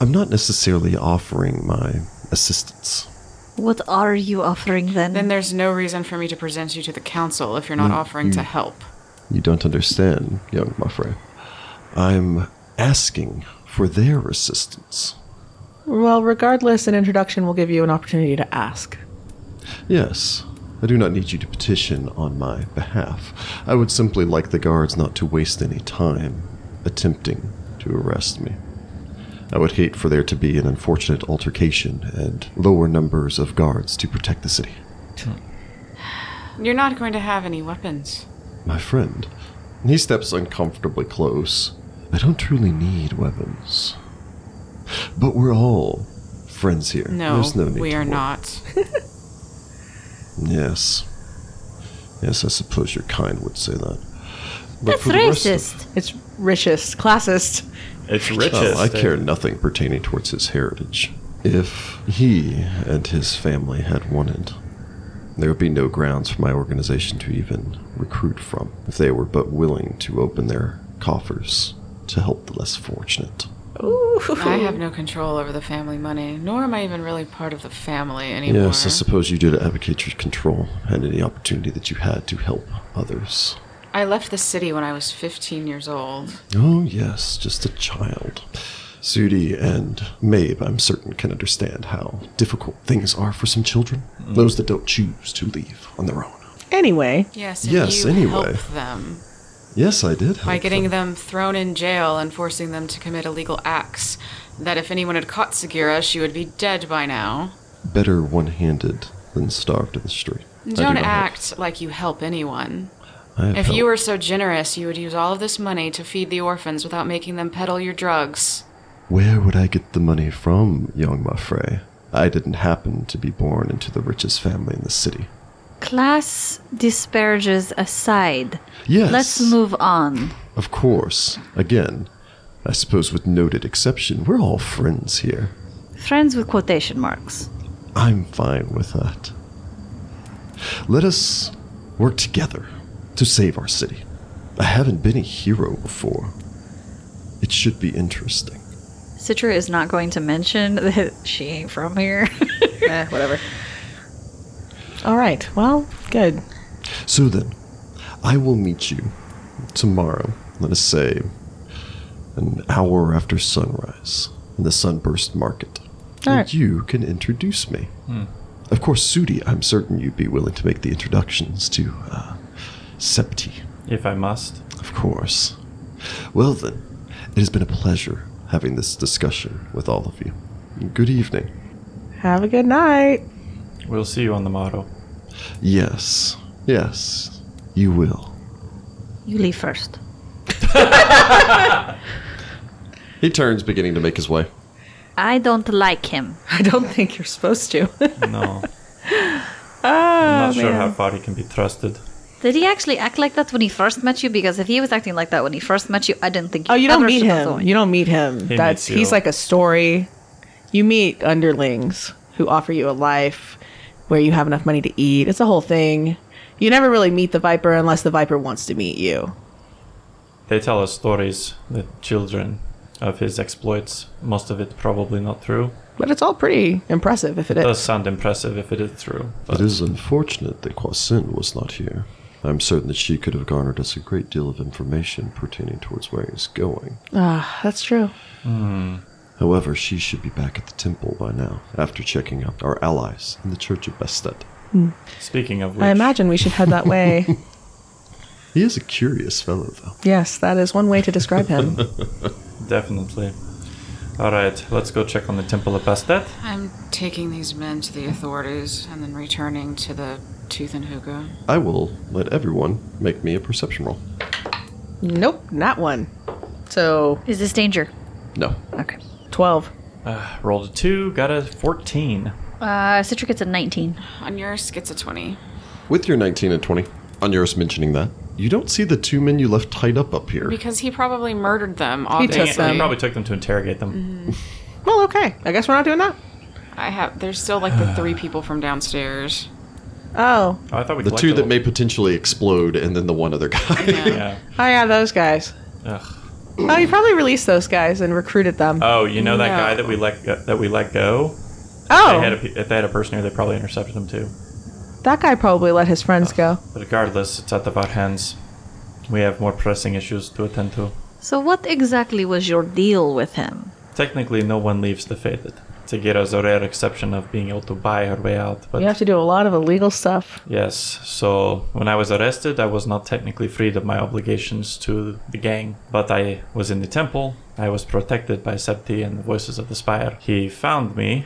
Speaker 1: I'm not necessarily offering my assistance.
Speaker 5: What are you offering then?
Speaker 2: Then there's no reason for me to present you to the council if you're
Speaker 1: Mm,
Speaker 2: not offering to help.
Speaker 1: You don't understand, young Muffray. I'm asking for their assistance.
Speaker 4: Well, regardless, an introduction will give you an opportunity to ask.
Speaker 1: Yes, I do not need you to petition on my behalf. I would simply like the guards not to waste any time attempting to arrest me. I would hate for there to be an unfortunate altercation and lower numbers of guards to protect the city.
Speaker 2: You're not going to have any weapons.
Speaker 1: My friend. And he steps uncomfortably close. I don't truly need weapons. But we're all friends here.
Speaker 2: No,
Speaker 1: There's no need
Speaker 2: we
Speaker 1: to
Speaker 2: are
Speaker 1: worry.
Speaker 2: not.
Speaker 1: Yes. Yes, I suppose your kind would say that. But
Speaker 5: That's
Speaker 1: for the rest of-
Speaker 5: racist.
Speaker 4: It's richest, classist.
Speaker 3: It's
Speaker 1: Well,
Speaker 3: riches.
Speaker 1: Oh,
Speaker 3: uh,
Speaker 1: I care nothing pertaining towards his heritage. If he and his family had wanted, there would be no grounds for my organization to even recruit from if they were but willing to open their coffers to help the less fortunate.
Speaker 2: I have no control over the family money, nor am I even really part of the family anymore.
Speaker 1: Yes, I suppose you did advocate your control and any opportunity that you had to help others.
Speaker 2: I left the city when I was 15 years old.
Speaker 1: Oh, yes, just a child. Sudi and Mabe, I'm certain, can understand how difficult things are for some children, those that don't choose to leave on their own.
Speaker 4: Anyway,
Speaker 2: Yes, and
Speaker 1: Yes,
Speaker 2: you
Speaker 1: anyway.
Speaker 2: help them
Speaker 1: Yes, I did.
Speaker 2: by
Speaker 1: help
Speaker 2: getting
Speaker 1: them.
Speaker 2: them thrown in jail and forcing them to commit illegal acts. That if anyone had caught Sagira, she would be dead by now.
Speaker 1: better one-handed than starved in the street. I do
Speaker 2: Don't
Speaker 1: not help.
Speaker 2: act like you help anyone.
Speaker 1: I have
Speaker 2: If
Speaker 1: help.
Speaker 2: you were so generous, you would use all of this money to feed the orphans without making them peddle your drugs.
Speaker 1: where would I get the money from, young Muffray? I didn't happen to be born into the richest family in the city.
Speaker 5: Class disparages aside,
Speaker 1: Yes,
Speaker 5: let's move on.
Speaker 1: Of course. Again, I suppose with noted exception, we're all friends here.
Speaker 5: Friends with quotation marks.
Speaker 1: I'm fine with that. Let us work together to save our city. I haven't been a hero before. It should be interesting.
Speaker 5: Citra is not going to mention that she ain't from here.
Speaker 4: eh, whatever. All right. Well, good.
Speaker 1: So then, I will meet you tomorrow, let us say an hour after sunrise, in the Sunburst Market. and
Speaker 4: Alright.
Speaker 1: you can introduce me. Of course, Sudi, I'm certain you'd be willing to make the introductions to uh, Septi.
Speaker 3: If I must.
Speaker 1: Of course. Well, then, it has been a pleasure having this discussion with all of you. Good evening.
Speaker 4: Have a good night.
Speaker 3: We'll see you on the morrow.
Speaker 1: Yes, yes, you will.
Speaker 5: you leave first.
Speaker 1: He turns, beginning to make his way.
Speaker 5: I don't like him.
Speaker 4: I don't think you're supposed to.
Speaker 3: No. I'm
Speaker 4: Ah,
Speaker 3: not sure how
Speaker 4: man.
Speaker 3: far he can be trusted.
Speaker 5: Did he actually act like that when he first met you? Because if he was acting like that when he first met you, I didn't think.
Speaker 4: Oh, you don't
Speaker 5: ever
Speaker 4: meet
Speaker 5: should have
Speaker 4: him.
Speaker 5: gone.
Speaker 4: You don't meet him.
Speaker 3: He
Speaker 4: That's
Speaker 3: meets you.
Speaker 4: he's like a story. You meet underlings who offer you a life where you have enough money to eat. It's a whole thing. You never really meet the viper unless the viper wants to meet you.
Speaker 3: They tell us stories, the children, of his exploits. Most of it probably not true.
Speaker 4: But it's all pretty impressive if it
Speaker 3: It
Speaker 4: is.
Speaker 3: does sound impressive if it is true.
Speaker 1: It
Speaker 3: But
Speaker 1: is unfortunate that Kwasin was not here. I'm certain that she could have garnered us a great deal of information pertaining towards where he's going.
Speaker 4: Ah, that's true.
Speaker 1: Hmm. However, she should be back at the temple by now, after checking out our allies in the Church of Bestet.
Speaker 3: speaking of which,
Speaker 4: I imagine we should head that way.
Speaker 1: He is a curious fellow, though.
Speaker 4: yes, that is one way to describe him.
Speaker 3: definitely. All right, let's go check on the Temple of Bastet.
Speaker 2: I'm taking these men to the authorities and then returning to the Tooth and Hookah.
Speaker 1: I will let everyone make me a perception roll.
Speaker 4: nope, not one. So
Speaker 5: Is this danger?
Speaker 1: No.
Speaker 5: Okay.
Speaker 4: twelve.
Speaker 3: Uh, rolled a two, got a 14.
Speaker 5: Uh, Citra gets a 19.
Speaker 2: On yours gets a 20.
Speaker 1: With your 19 and 20, on yours mentioning that, you don't see the two men you left tied up up here.
Speaker 2: Because he probably murdered them,
Speaker 4: took Mm-hmm.
Speaker 2: obviously.
Speaker 3: Dang it,
Speaker 4: them.
Speaker 3: He probably took them to interrogate them.
Speaker 4: Well, okay. I guess we're not doing that.
Speaker 2: I have. There's still like the three people from downstairs.
Speaker 4: Oh,
Speaker 3: Oh, I thought we
Speaker 1: The two
Speaker 3: collected
Speaker 1: that
Speaker 3: all-
Speaker 1: may potentially explode, and then the one other guy.
Speaker 3: Yeah.
Speaker 4: oh yeah, those guys.
Speaker 3: Ugh.
Speaker 4: Oh, you probably released those guys and recruited them.
Speaker 3: Oh, you know that
Speaker 2: No.
Speaker 3: guy that we let go, that we let go. They had
Speaker 4: oh,
Speaker 3: a, pe- if they had a person here, they probably intercepted him too.
Speaker 4: that guy probably let his friends go.
Speaker 3: But regardless, it's out of our hands. We have more pressing issues to attend to.
Speaker 5: So, what exactly was your deal with him?
Speaker 3: Technically, no one leaves the fated. Segura's a rare exception of being able to buy her way out. But
Speaker 4: You have to do a lot of illegal stuff.
Speaker 3: yes, so when I was arrested, I was not technically freed of my obligations to the gang. But I was in the temple. I was protected by Septi and the voices of the spire. He found me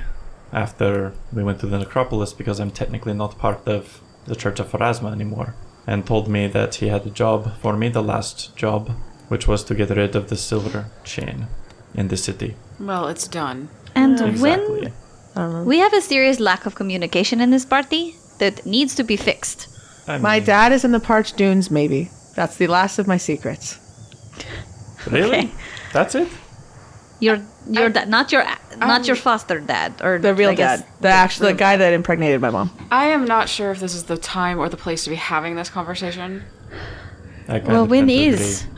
Speaker 3: after we went to the necropolis because I'm technically not part of the Church of Pharasma anymore. And told me that he had a job for me, the last job, which was to get rid of the silver chain in the city.
Speaker 2: Well, it's done.
Speaker 5: And
Speaker 3: Exactly.
Speaker 5: when we have a serious lack of communication in this party that needs to be fixed.
Speaker 3: I
Speaker 4: My
Speaker 3: mean,
Speaker 4: dad is in the parched dunes, maybe. That's the last of my secrets.
Speaker 3: Really?
Speaker 5: Okay.
Speaker 3: That's it?
Speaker 5: Your your dad, not your not your foster dad or
Speaker 4: The real
Speaker 5: I guess-
Speaker 4: dad. The actual the guy that impregnated my mom.
Speaker 2: I am not sure if this is the time or the place to be having this conversation.
Speaker 3: I kind
Speaker 5: Well,
Speaker 3: of
Speaker 5: when
Speaker 3: tend to
Speaker 5: is?
Speaker 3: agree.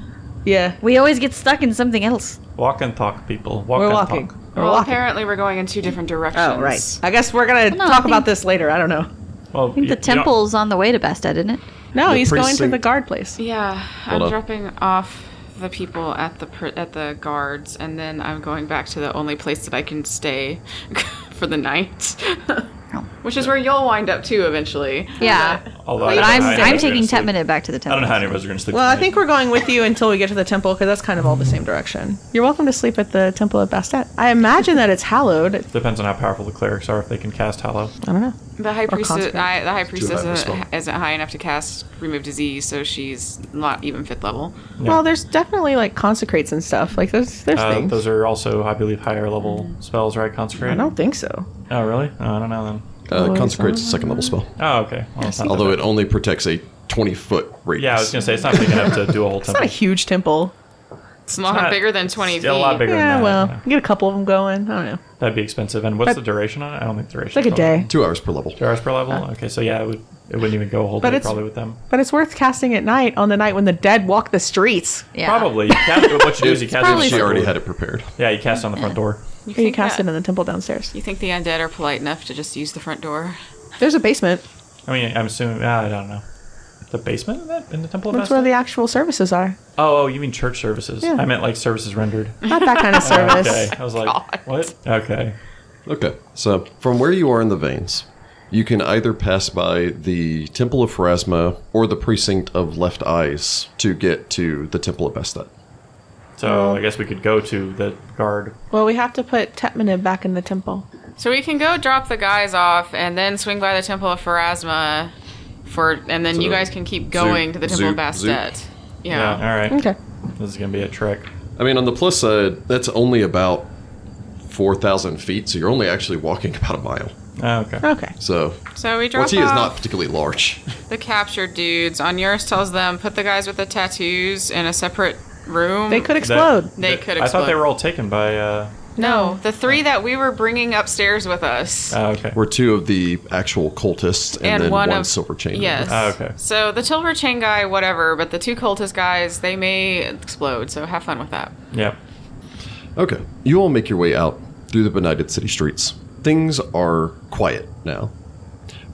Speaker 4: Yeah.
Speaker 5: We always get stuck in something else.
Speaker 3: Walk and talk, people. Walk
Speaker 4: We're
Speaker 3: and
Speaker 4: walking.
Speaker 3: talk.
Speaker 4: We're
Speaker 2: well,
Speaker 4: walking.
Speaker 2: apparently we're going in two different directions.
Speaker 4: Oh, right. I guess we're going to
Speaker 5: No, I
Speaker 4: talk
Speaker 5: think-
Speaker 4: about this later. I don't know.
Speaker 3: Well,
Speaker 5: I think the temple's on the way to Basta, didn't it?
Speaker 4: No,
Speaker 1: The
Speaker 4: he's going
Speaker 1: precinct-
Speaker 4: to the guard place.
Speaker 2: Yeah,
Speaker 1: Hold
Speaker 2: I'm
Speaker 1: up.
Speaker 2: dropping off the people at the pr- at the guards, and then I'm going back to the only place that I can stay for the night,
Speaker 4: Oh,
Speaker 2: which is where you'll wind up too eventually.
Speaker 5: Yeah.
Speaker 3: Although I
Speaker 5: But
Speaker 3: don't know
Speaker 5: I'm
Speaker 3: how any of
Speaker 5: I'm
Speaker 3: us are gonna
Speaker 5: taking
Speaker 3: sleep.
Speaker 5: Tetminute back to the
Speaker 3: I
Speaker 5: temple.
Speaker 3: don't know how any of us are going to sleep.
Speaker 4: Well, I
Speaker 3: tonight.
Speaker 4: think we're going with you until we get to the temple because that's kind of all the same direction. You're welcome to sleep at the temple of Bastet. I imagine that it's hallowed.
Speaker 3: Depends on how powerful the clerics are if they can cast Hallow.
Speaker 4: I don't know.
Speaker 2: The high priestess,
Speaker 4: consecrate.
Speaker 2: I, the high
Speaker 1: high
Speaker 2: priestess
Speaker 1: for spell.
Speaker 2: isn't, isn't high enough to cast remove disease, so she's not even fifth level.
Speaker 4: Well, there's definitely like consecrates and stuff. Like there's there's
Speaker 3: Uh,
Speaker 4: things.
Speaker 3: those are also, I believe, higher level spells, right? Consecrate?
Speaker 4: I don't think so.
Speaker 3: Oh, really? Oh, I don't know then.
Speaker 1: Uh, consecrate's a second level spell,
Speaker 3: Oh, okay. Well, it's not that
Speaker 1: although
Speaker 3: bad.
Speaker 1: it only protects a 20 foot radius.
Speaker 3: Yeah, I was going to say, it's not big enough to do a whole
Speaker 4: It's not
Speaker 3: temple.
Speaker 4: a huge temple.
Speaker 2: It's not,
Speaker 3: not-
Speaker 2: bigger than twenty
Speaker 3: it's
Speaker 2: feet.
Speaker 3: a lot bigger.
Speaker 4: Yeah,
Speaker 3: than that,
Speaker 4: well,
Speaker 3: yeah.
Speaker 4: you get a couple of them going. I don't know.
Speaker 3: That'd be expensive. And what's
Speaker 4: But-
Speaker 3: the duration on it? I don't think the duration.
Speaker 4: It's like a day, Uh,
Speaker 1: Two hours per level.
Speaker 3: Two hours per level? okay, so yeah, it, would, it wouldn't even go a whole
Speaker 4: But
Speaker 3: day
Speaker 4: it's-
Speaker 3: probably with them.
Speaker 4: but it's worth casting at night on the night when the dead walk the streets.
Speaker 5: Yeah.
Speaker 3: Probably. You cast, what you do is you cast it on the
Speaker 1: she
Speaker 3: front
Speaker 1: already
Speaker 3: door.
Speaker 1: had it prepared.
Speaker 3: Yeah, you cast it on the front door.
Speaker 4: Or you
Speaker 2: think
Speaker 4: cast
Speaker 2: that-
Speaker 4: it in the temple downstairs.
Speaker 2: You think the undead are polite enough to just use the front door?
Speaker 4: There's a basement.
Speaker 3: I mean, I'm assuming. ah, I don't know. The basement in that in the temple. of
Speaker 4: That's where
Speaker 3: Vesta?
Speaker 4: the actual services are.
Speaker 3: Oh, oh, you mean church services?
Speaker 4: Yeah.
Speaker 3: I meant like services rendered.
Speaker 4: Not that kind of service.
Speaker 3: Okay, I was like,
Speaker 2: God.
Speaker 3: what? Okay,
Speaker 1: Okay, so from where you are in the veins, you can either pass by the Temple of Pharasma or the Precinct of Left Eyes to get to the Temple of Estet.
Speaker 3: so I guess we could go to the guard.
Speaker 4: Well, we have to put Tetmanib back in the temple.
Speaker 2: So we can go drop the guys off and then swing by the Temple of Pharasma for and then
Speaker 1: So
Speaker 2: you guys can keep going
Speaker 1: zoop,
Speaker 2: to the Temple of
Speaker 1: zoop, zoop.
Speaker 2: Bastet.
Speaker 3: Yeah.
Speaker 2: Yeah.
Speaker 3: All right.
Speaker 4: Okay.
Speaker 3: This is gonna be a trick.
Speaker 1: I mean, on the plus side, that's only about 4,000 feet, so you're only actually walking about a mile.
Speaker 3: Oh, okay.
Speaker 4: Okay.
Speaker 1: So,
Speaker 2: So we drop
Speaker 1: Ortiz is not
Speaker 2: off
Speaker 1: particularly large.
Speaker 2: the captured dudes. On yours tells them put the guys with the tattoos in a separate room.
Speaker 4: They could
Speaker 3: That-
Speaker 4: explode.
Speaker 2: They
Speaker 3: that-
Speaker 2: could
Speaker 3: I thought they
Speaker 2: explode.
Speaker 3: were all taken by. uh
Speaker 2: No, the three that we were bringing upstairs with us.
Speaker 3: Oh, okay.
Speaker 1: We're two of the actual cultists and, then one, silver chain.
Speaker 2: Yes.
Speaker 3: Oh, okay.
Speaker 2: So the silver chain guy, whatever, but the two cultist guys, they may explode. So have fun with that.
Speaker 3: Yeah.
Speaker 1: Okay. You all make your way out through the benighted city streets. Things are quiet now.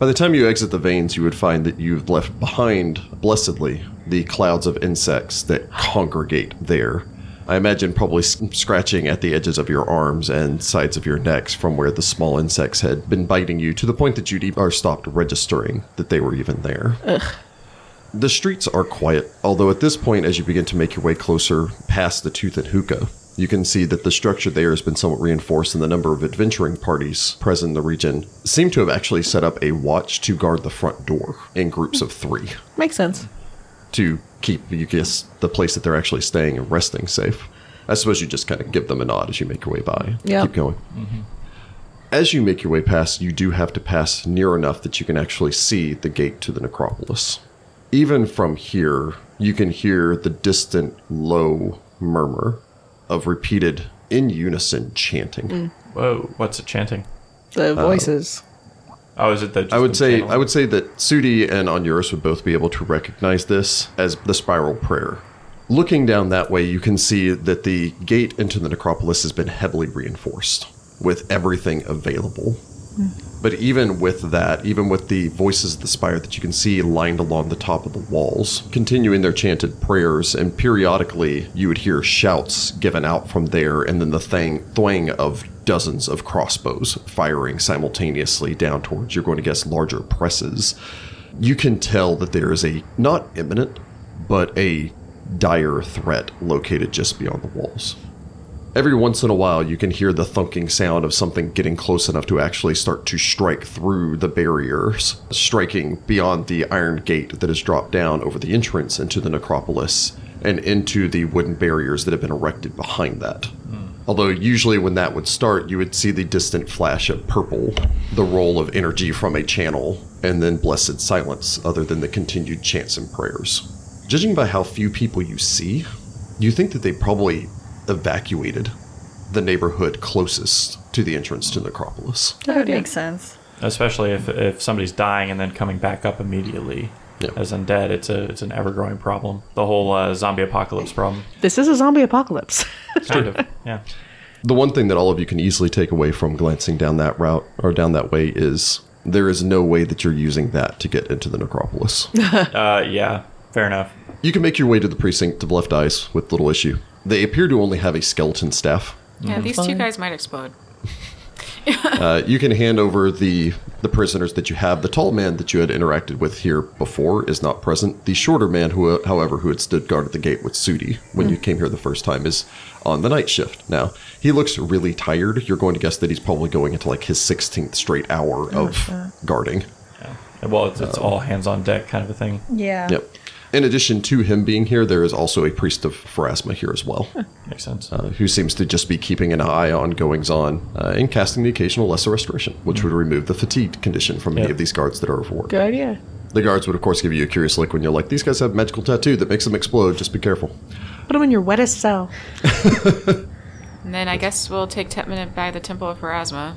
Speaker 1: By the time you exit the veins, you would find that you've left behind, blessedly, the clouds of insects that congregate there. I imagine probably s- scratching at the edges of your arms and sides of your necks from where the small insects had been biting you to the point that you'd e- are stopped registering that they were even there. The streets are quiet, although at this point, as you begin to make your way closer past the Tooth and Hookah, you can see that the structure there has been somewhat reinforced, and the number of adventuring parties present in the region seem to have actually set up a watch to guard the front door in groups of three
Speaker 4: Makes sense.
Speaker 1: to keep, you guess, the place that they're actually staying and resting safe. I suppose you just kind of give them a nod as you make your way by.
Speaker 4: Yeah.
Speaker 1: Keep going. As you make your way past, you do have to pass near enough that you can actually see the gate to the necropolis. Even from here, you can hear the distant, low murmur of repeated, in unison chanting.
Speaker 3: Whoa, what's it chanting?
Speaker 4: The voices.
Speaker 3: Oh, is it that?
Speaker 1: I would say I would say that Sudi and Onuris would both be able to recognize this as the spiral prayer. Looking down that way, you can see that the gate into the necropolis has been heavily reinforced with everything available. But even with that, even with the voices of the spire that you can see lined along the top of the walls, continuing their chanted prayers, and periodically you would hear shouts given out from there, and then the thang- thwang of dozens of crossbows firing simultaneously down towards, you're going to guess, larger presses. You can tell that there is a not imminent, but a dire threat located just beyond the walls. Every once in a while, you can hear the thunking sound of something getting close enough to actually start to strike through the barriers, striking beyond the iron gate that has dropped down over the entrance into the necropolis and into the wooden barriers that have been erected behind that. Although, usually when that would start, you would see the distant flash of purple, the roll of energy from a channel, and then blessed silence, other than the continued chants and prayers. Judging by how few people you see, you think that they probably evacuated the neighborhood closest to the entrance to the Acropolis.
Speaker 5: That would make sense.
Speaker 3: especially if, if somebody's dying and then coming back up immediately
Speaker 1: Yeah.
Speaker 3: as undead. It's a it's an ever growing problem. The whole uh, zombie apocalypse problem.
Speaker 4: This is a zombie apocalypse.
Speaker 3: Kind of. Yeah.
Speaker 1: The one thing that all of you can easily take away from glancing down that route or down that way is there is no way that you're using that to get into the necropolis.
Speaker 3: Uh, yeah. Fair enough.
Speaker 1: you can make your way to the precinct of Left Eyes with little issue. They appear to only have a skeleton staff.
Speaker 2: Yeah, these two guys might explode.
Speaker 1: Uh, you can hand over the the prisoners that you have. The tall man that you had interacted with here before is not present. The shorter man, who however, who had stood guard at the gate with Sudi when you came here the first time, is on the night shift now. He looks really tired. You're going to guess that he's probably going into like his 16th straight hour of guarding.
Speaker 3: Well, it's, it's all hands on deck kind of a thing.
Speaker 5: Yeah.
Speaker 1: Yep. In addition to him being here, there is also a priest of Pharasma here as well,
Speaker 3: Makes sense.
Speaker 1: uh, who seems to just be keeping an eye on goings on uh, and casting the occasional lesser restoration, which would remove the fatigue condition from any
Speaker 3: Yeah.
Speaker 1: of these guards that are overworked.
Speaker 4: Good idea.
Speaker 1: The guards would, of course, give you a curious look when you're like, "These guys have magical tattoo that makes them explode. Just be careful."
Speaker 4: Put them in your wettest cell.
Speaker 2: And then I guess we'll take Tetman by the Temple of Parasma.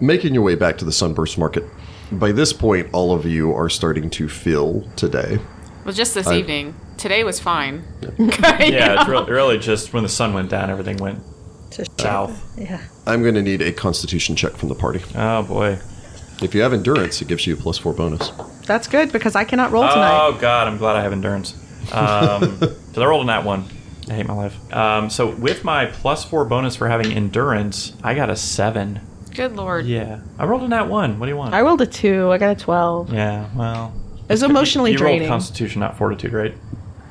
Speaker 1: Making your way back to the Sunburst Market. By this point, all of you are starting to feel today.
Speaker 2: Well, just this
Speaker 1: I-
Speaker 2: evening. Today was fine.
Speaker 3: yeah, it's really, really just when the sun went down, everything went
Speaker 5: To
Speaker 3: south.
Speaker 5: Yeah.
Speaker 1: I'm going to need a Constitution check from the party.
Speaker 3: Oh boy.
Speaker 1: If you have endurance, it gives you a plus four bonus.
Speaker 4: That's good because I cannot roll tonight.
Speaker 3: Oh god, I'm glad I have endurance. Um, because I rolled a nat one. I hate my life. Um, so with my plus four bonus for having endurance, I got a seven.
Speaker 2: Good lord.
Speaker 3: Yeah, I rolled a nat one. What do you want?
Speaker 4: I rolled a two. I got a twelve.
Speaker 3: yeah, well,
Speaker 4: It was emotionally
Speaker 3: you rolled
Speaker 4: draining.
Speaker 3: Constitution, not Fortitude, right?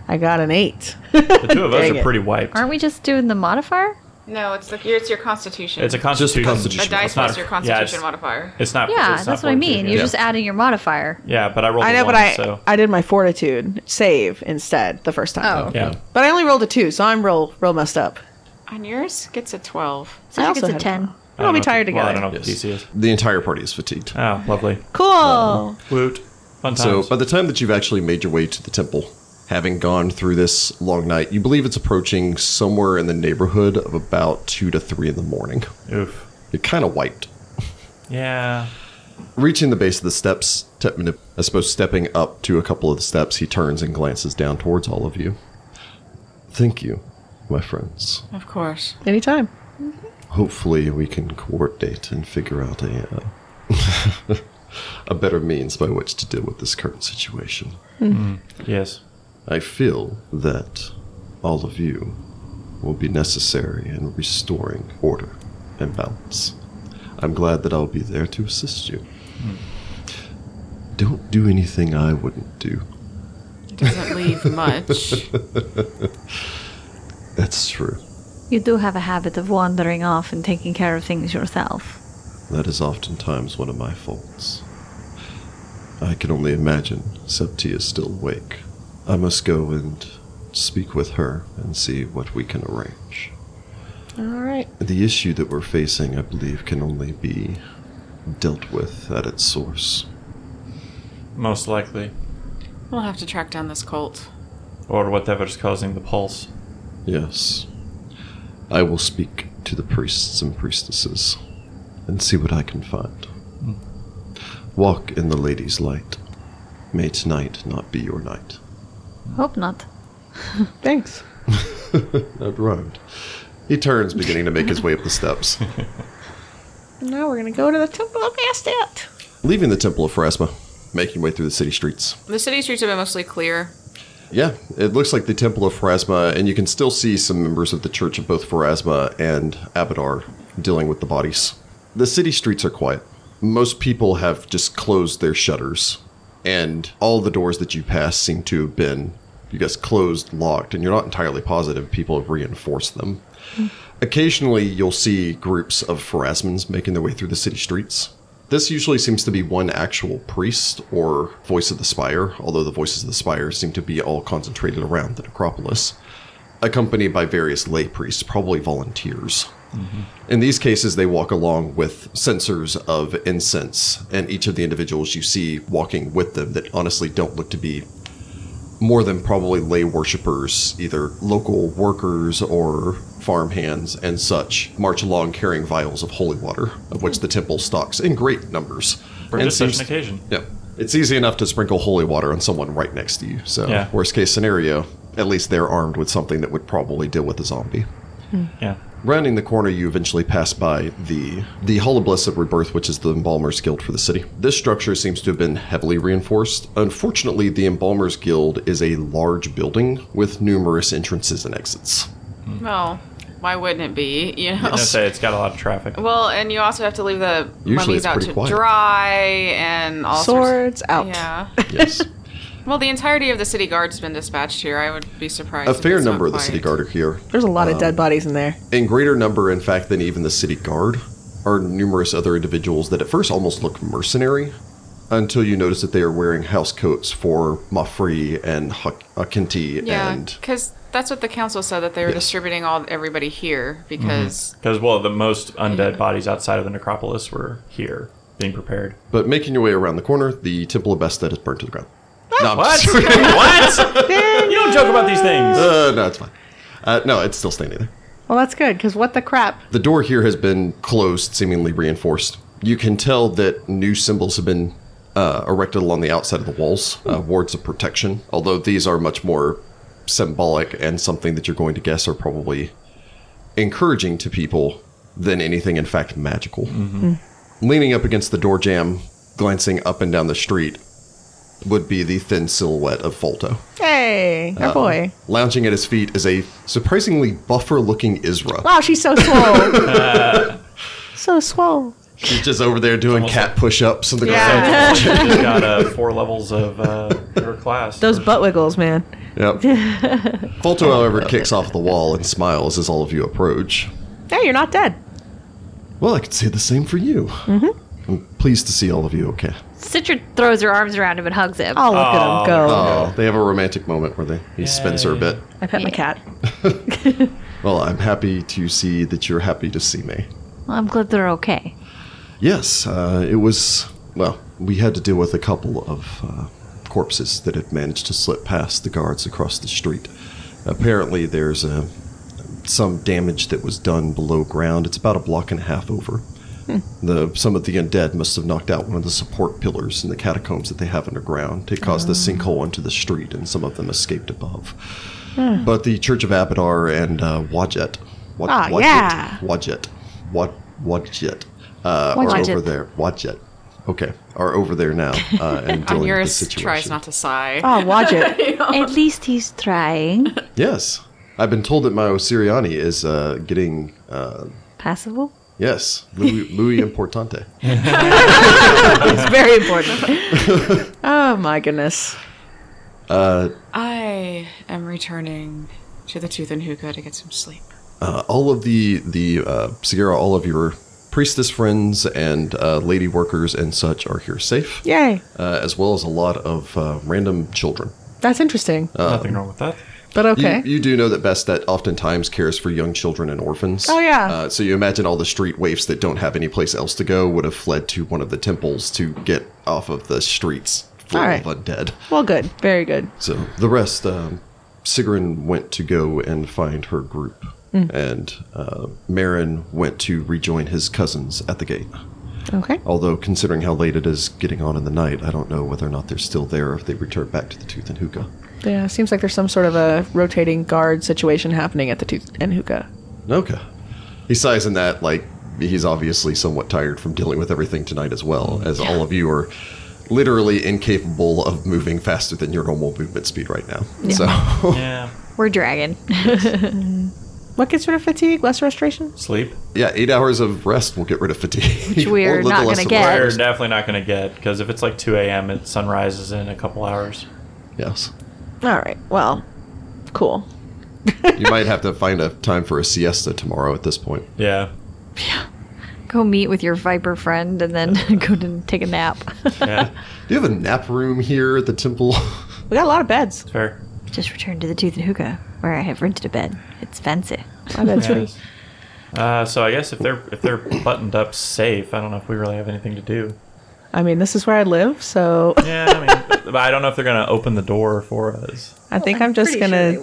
Speaker 4: I got an eight.
Speaker 3: The two of us
Speaker 4: Dang
Speaker 3: are
Speaker 4: it.
Speaker 3: pretty wiped.
Speaker 5: Aren't we just doing the modifier?
Speaker 2: No, it's the it's your constitution.
Speaker 3: It's a Constitution.
Speaker 1: Constitution.
Speaker 2: a dice
Speaker 3: It's not
Speaker 2: plus
Speaker 3: a-
Speaker 2: your
Speaker 3: yeah,
Speaker 2: constitution
Speaker 3: it's-
Speaker 2: modifier.
Speaker 3: It's not.
Speaker 5: Yeah,
Speaker 3: Uh, it's not
Speaker 5: that's what I
Speaker 3: Fortitude,
Speaker 5: mean.
Speaker 3: yeah.
Speaker 5: You're just adding your modifier.
Speaker 3: yeah, but I rolled.
Speaker 4: I
Speaker 3: a
Speaker 4: know, but
Speaker 3: one,
Speaker 4: I
Speaker 3: So.
Speaker 4: I did my fortitude save instead the first time.
Speaker 5: Oh, okay.
Speaker 3: yeah.
Speaker 4: But I only rolled a two, so I'm real real messed up.
Speaker 2: And yours gets a 12.
Speaker 5: So
Speaker 4: I
Speaker 5: she
Speaker 4: also
Speaker 5: gets a
Speaker 4: had a
Speaker 5: 10.
Speaker 3: I don't
Speaker 4: We'll be
Speaker 3: know if-
Speaker 4: tired
Speaker 3: Well, I don't
Speaker 4: together.
Speaker 3: know what the DC is.
Speaker 1: The entire party is fatigued.
Speaker 3: Oh, lovely.
Speaker 4: Cool.
Speaker 3: Woot. Fun
Speaker 1: So
Speaker 3: times.
Speaker 1: by the time that you've actually made your way to the temple, having gone through this long night, you believe it's approaching somewhere in the neighborhood of about two to three in the morning.
Speaker 3: Oof.
Speaker 1: You're kind of wiped.
Speaker 3: Yeah.
Speaker 1: Reaching the base of the steps, Tetman, I suppose stepping up to a couple of the steps, he turns and glances down towards all of you. Thank you, my friends.
Speaker 2: Of course.
Speaker 4: Anytime.
Speaker 1: Hopefully, we can coordinate and figure out a uh, a better means by which to deal with this current situation.
Speaker 3: Yes.
Speaker 1: I feel that all of you will be necessary in restoring order and balance. I'm glad that I'll be there to assist you. Don't do anything I wouldn't do.
Speaker 2: It doesn't leave much.
Speaker 1: That's true.
Speaker 5: You do have a habit of wandering off and taking care of things yourself.
Speaker 1: That is oftentimes one of my faults. I can only imagine Septi is still awake. I must go and speak with her and see what we can arrange.
Speaker 4: All right.
Speaker 1: The issue that we're facing, I believe, can only be dealt with at its source.
Speaker 3: Most likely.
Speaker 2: We'll have to track down this cult.
Speaker 3: Or whatever's causing the pulse.
Speaker 1: Yes. I will speak to the priests and priestesses and see what I can find. Walk in the lady's light. May tonight not be your night.
Speaker 5: Hope not.
Speaker 4: Thanks.
Speaker 1: That rhymed. He turns, beginning to make his way up the steps,
Speaker 4: Now we're gonna go to the temple of Bastet.
Speaker 1: leaving the Temple of Pharasma, making way through the city streets.
Speaker 2: The city streets have been mostly clear.
Speaker 1: Yeah, it looks like the Temple of Pharasma, and you can still see some members of the Church of both Pharasma and Abadar dealing with the bodies. The city streets are quiet. Most people have just closed their shutters, and all the doors that you pass seem to have been, you guess, closed, locked, and you're not entirely positive people have reinforced them. Occasionally, you'll see groups of Pharasmans making their way through the city streets. This usually seems to be one actual priest or voice of the spire, although the voices of the spire seem to be all concentrated around the necropolis, accompanied by various lay priests, probably volunteers.
Speaker 3: Mm-hmm.
Speaker 1: In these cases, they walk along with censers of incense, and each of the individuals you see walking with them that honestly don't look to be more than probably lay worshippers, either local workers or farmhands and such, march along carrying vials of holy water, of which the temple stocks in great numbers.
Speaker 3: Hmm. For
Speaker 1: And
Speaker 3: just such
Speaker 1: seems-
Speaker 3: an occasion.
Speaker 1: yeah. It's easy enough to sprinkle holy water on someone right next to you. So,
Speaker 3: Yeah.
Speaker 1: worst case scenario, at least they're armed with something that would probably deal with a zombie.
Speaker 3: Yeah.
Speaker 1: Rounding the corner, you eventually pass by the the Hall of Blessed Rebirth, which is the Embalmers Guild for the city. This structure seems to have been heavily reinforced. Unfortunately, the Embalmers Guild is a large building with numerous entrances and exits.
Speaker 3: Hmm.
Speaker 2: Well, why wouldn't it be? You
Speaker 3: I'm
Speaker 2: know.
Speaker 3: gonna say it's got a lot of traffic.
Speaker 2: Well, and you also have to leave the
Speaker 1: Usually it's
Speaker 2: mummies out
Speaker 1: pretty
Speaker 2: to
Speaker 1: quiet.
Speaker 2: dry and all sorts.
Speaker 4: Swords out.
Speaker 2: Yeah.
Speaker 1: Yes.
Speaker 2: Well, the entirety of the city guard's been dispatched here. I would be surprised.
Speaker 1: a
Speaker 2: if
Speaker 1: fair
Speaker 2: it's not
Speaker 1: number of the
Speaker 2: quiet.
Speaker 1: city guard are here.
Speaker 4: There's a lot
Speaker 3: Oh.
Speaker 4: of dead bodies in there.
Speaker 1: in greater number, in fact, than even the city guard, are numerous other individuals that at first almost look mercenary until you notice that they are wearing house coats for Mafri and Hak- Akinti
Speaker 2: Yeah,
Speaker 1: and
Speaker 2: because that's what the council said that they were
Speaker 1: Yes. Mm-hmm.
Speaker 2: distributing all everybody here because
Speaker 3: Because, well, the most undead bodies outside of the necropolis were here being prepared.
Speaker 1: But making your way around the corner, the Temple of Bastet is burnt to the ground. No, I'm
Speaker 3: What?
Speaker 1: just-
Speaker 3: what? you don't joke about these things.
Speaker 1: uh, no, it's fine. Uh, no, it's still standing there.
Speaker 4: Well, that's good because what the crap?
Speaker 1: The door here has been closed, seemingly reinforced. You can tell that new symbols have been uh, erected along the outside of the walls, uh, wards of protection, although these are much more symbolic and something that you're going to guess are probably encouraging to people than anything, in fact, magical. Leaning up against the door jamb, glancing up and down the street, would be the thin silhouette of Volto.
Speaker 4: Hey, our boy.
Speaker 1: Lounging at his feet is a surprisingly buffer looking Isra.
Speaker 4: Wow, she's so swole. so swole.
Speaker 1: She's just over there doing
Speaker 3: Almost
Speaker 1: cat push ups and the
Speaker 4: Yeah.
Speaker 1: ground.
Speaker 3: She's got uh, four levels of uh, her class.
Speaker 4: Those butt wiggles, man.
Speaker 1: Yep. Folto, however, kicks off the wall and smiles as all of you approach.
Speaker 4: Hey, you're not dead.
Speaker 1: Well, I could say the same for you. Mm-hmm. I'm pleased to see all of you okay.
Speaker 5: Citra throws her arms around him and hugs him.
Speaker 4: Oh, look at
Speaker 3: Oh,
Speaker 4: him go.
Speaker 1: Oh, they have a romantic moment where they, he spins her a bit.
Speaker 4: I pet my cat.
Speaker 1: Well, I'm happy to see that you're happy to see me.
Speaker 5: Well, I'm glad they're okay.
Speaker 1: Yes, uh, it was. Well, we had to deal with a couple of uh, corpses that had managed to slip past the guards across the street. Apparently, there's uh some damage that was done below ground. It's about a block and a half over.
Speaker 4: Hmm.
Speaker 1: The some of the undead must have knocked out one of the support pillars in the catacombs that they have underground. It caused
Speaker 4: Oh.
Speaker 1: the sinkhole into the street, and some of them escaped above.
Speaker 4: Hmm.
Speaker 1: But the Church of Abadar and uh, Wajet, Wa-
Speaker 4: Ah,
Speaker 1: Wajet,
Speaker 4: yeah.
Speaker 1: Wajet, Wa- Wajet, uh, are
Speaker 5: Wajet.
Speaker 1: over there. Wajet, okay, are over there now uh, and dealing with the
Speaker 2: Onuris
Speaker 1: situation.
Speaker 2: tries not to sigh.
Speaker 4: Oh, watch it.
Speaker 5: At least he's trying.
Speaker 1: Yes, I've been told that my Osiriani is uh, getting. Uh,
Speaker 5: Passable.
Speaker 1: Yes, Louis, Louis Importante.
Speaker 4: It's very important. oh my goodness.
Speaker 1: Uh,
Speaker 2: I am returning to the Tooth and Hookah to get some sleep.
Speaker 1: Uh, all of the the uh, Sierra, all of your priestess friends and uh, lady workers and such are here safe,
Speaker 4: Yay.
Speaker 1: uh, as well as a lot of uh, random children.
Speaker 4: That's interesting.
Speaker 3: Nothing wrong with that.
Speaker 4: But
Speaker 1: You-
Speaker 4: okay.
Speaker 1: You, do know that Bastet oftentimes cares for young children and orphans.
Speaker 4: Oh, yeah.
Speaker 1: Uh, so you imagine all the street waifs that don't have any place else to go would have fled to one of the temples to get off of the streets full
Speaker 4: All right.
Speaker 1: of undead.
Speaker 4: well, good. Very good.
Speaker 1: So the rest, um, Sigrun went to go and find her group,
Speaker 4: Hmm.
Speaker 1: and uh, Marin went to rejoin his cousins at the gate.
Speaker 4: Okay.
Speaker 1: Although, considering how late it is getting on in the night, I don't know whether or not they're still there or if they returned back to the Tooth and Hookah.
Speaker 4: Yeah, seems like there's some sort of a rotating guard situation happening at the Tooth and Hookah.
Speaker 1: Okay. He sighs in that, like, he's obviously somewhat tired from dealing with everything tonight as well, as all of you are literally incapable of moving faster than your normal movement speed right now. So,
Speaker 3: Yeah.
Speaker 5: We're dragon.
Speaker 4: What gets rid of fatigue? Less restoration?
Speaker 3: Sleep.
Speaker 1: yeah, eight hours of rest will get rid of fatigue.
Speaker 5: Which we
Speaker 1: Or
Speaker 5: are
Speaker 1: little
Speaker 5: not
Speaker 1: less than
Speaker 5: gonna get.
Speaker 1: that.
Speaker 3: We're definitely not going to get because if it's like 2 a.m., it sun rises in a couple hours.
Speaker 1: Yes.
Speaker 4: All right. Well, cool.
Speaker 1: You might have to find a time for a siesta tomorrow at this point.
Speaker 3: Yeah.
Speaker 5: go meet with your viper friend and then go to take a nap.
Speaker 3: Yeah.
Speaker 1: Do you have a nap room here at the temple?
Speaker 4: We got a lot of beds.
Speaker 3: Fair.
Speaker 5: Just return to the Tooth and Hookah, where I have rented a bed. It's fancy.
Speaker 4: My bed's pretty.
Speaker 3: Yes. Uh, so I guess if they're if they're buttoned up safe, I don't know if we really have anything to do.
Speaker 4: I mean, this is where I live, so
Speaker 3: Yeah, I mean, but- but I don't know if they're gonna open the door for us.
Speaker 4: I think I'm, just gonna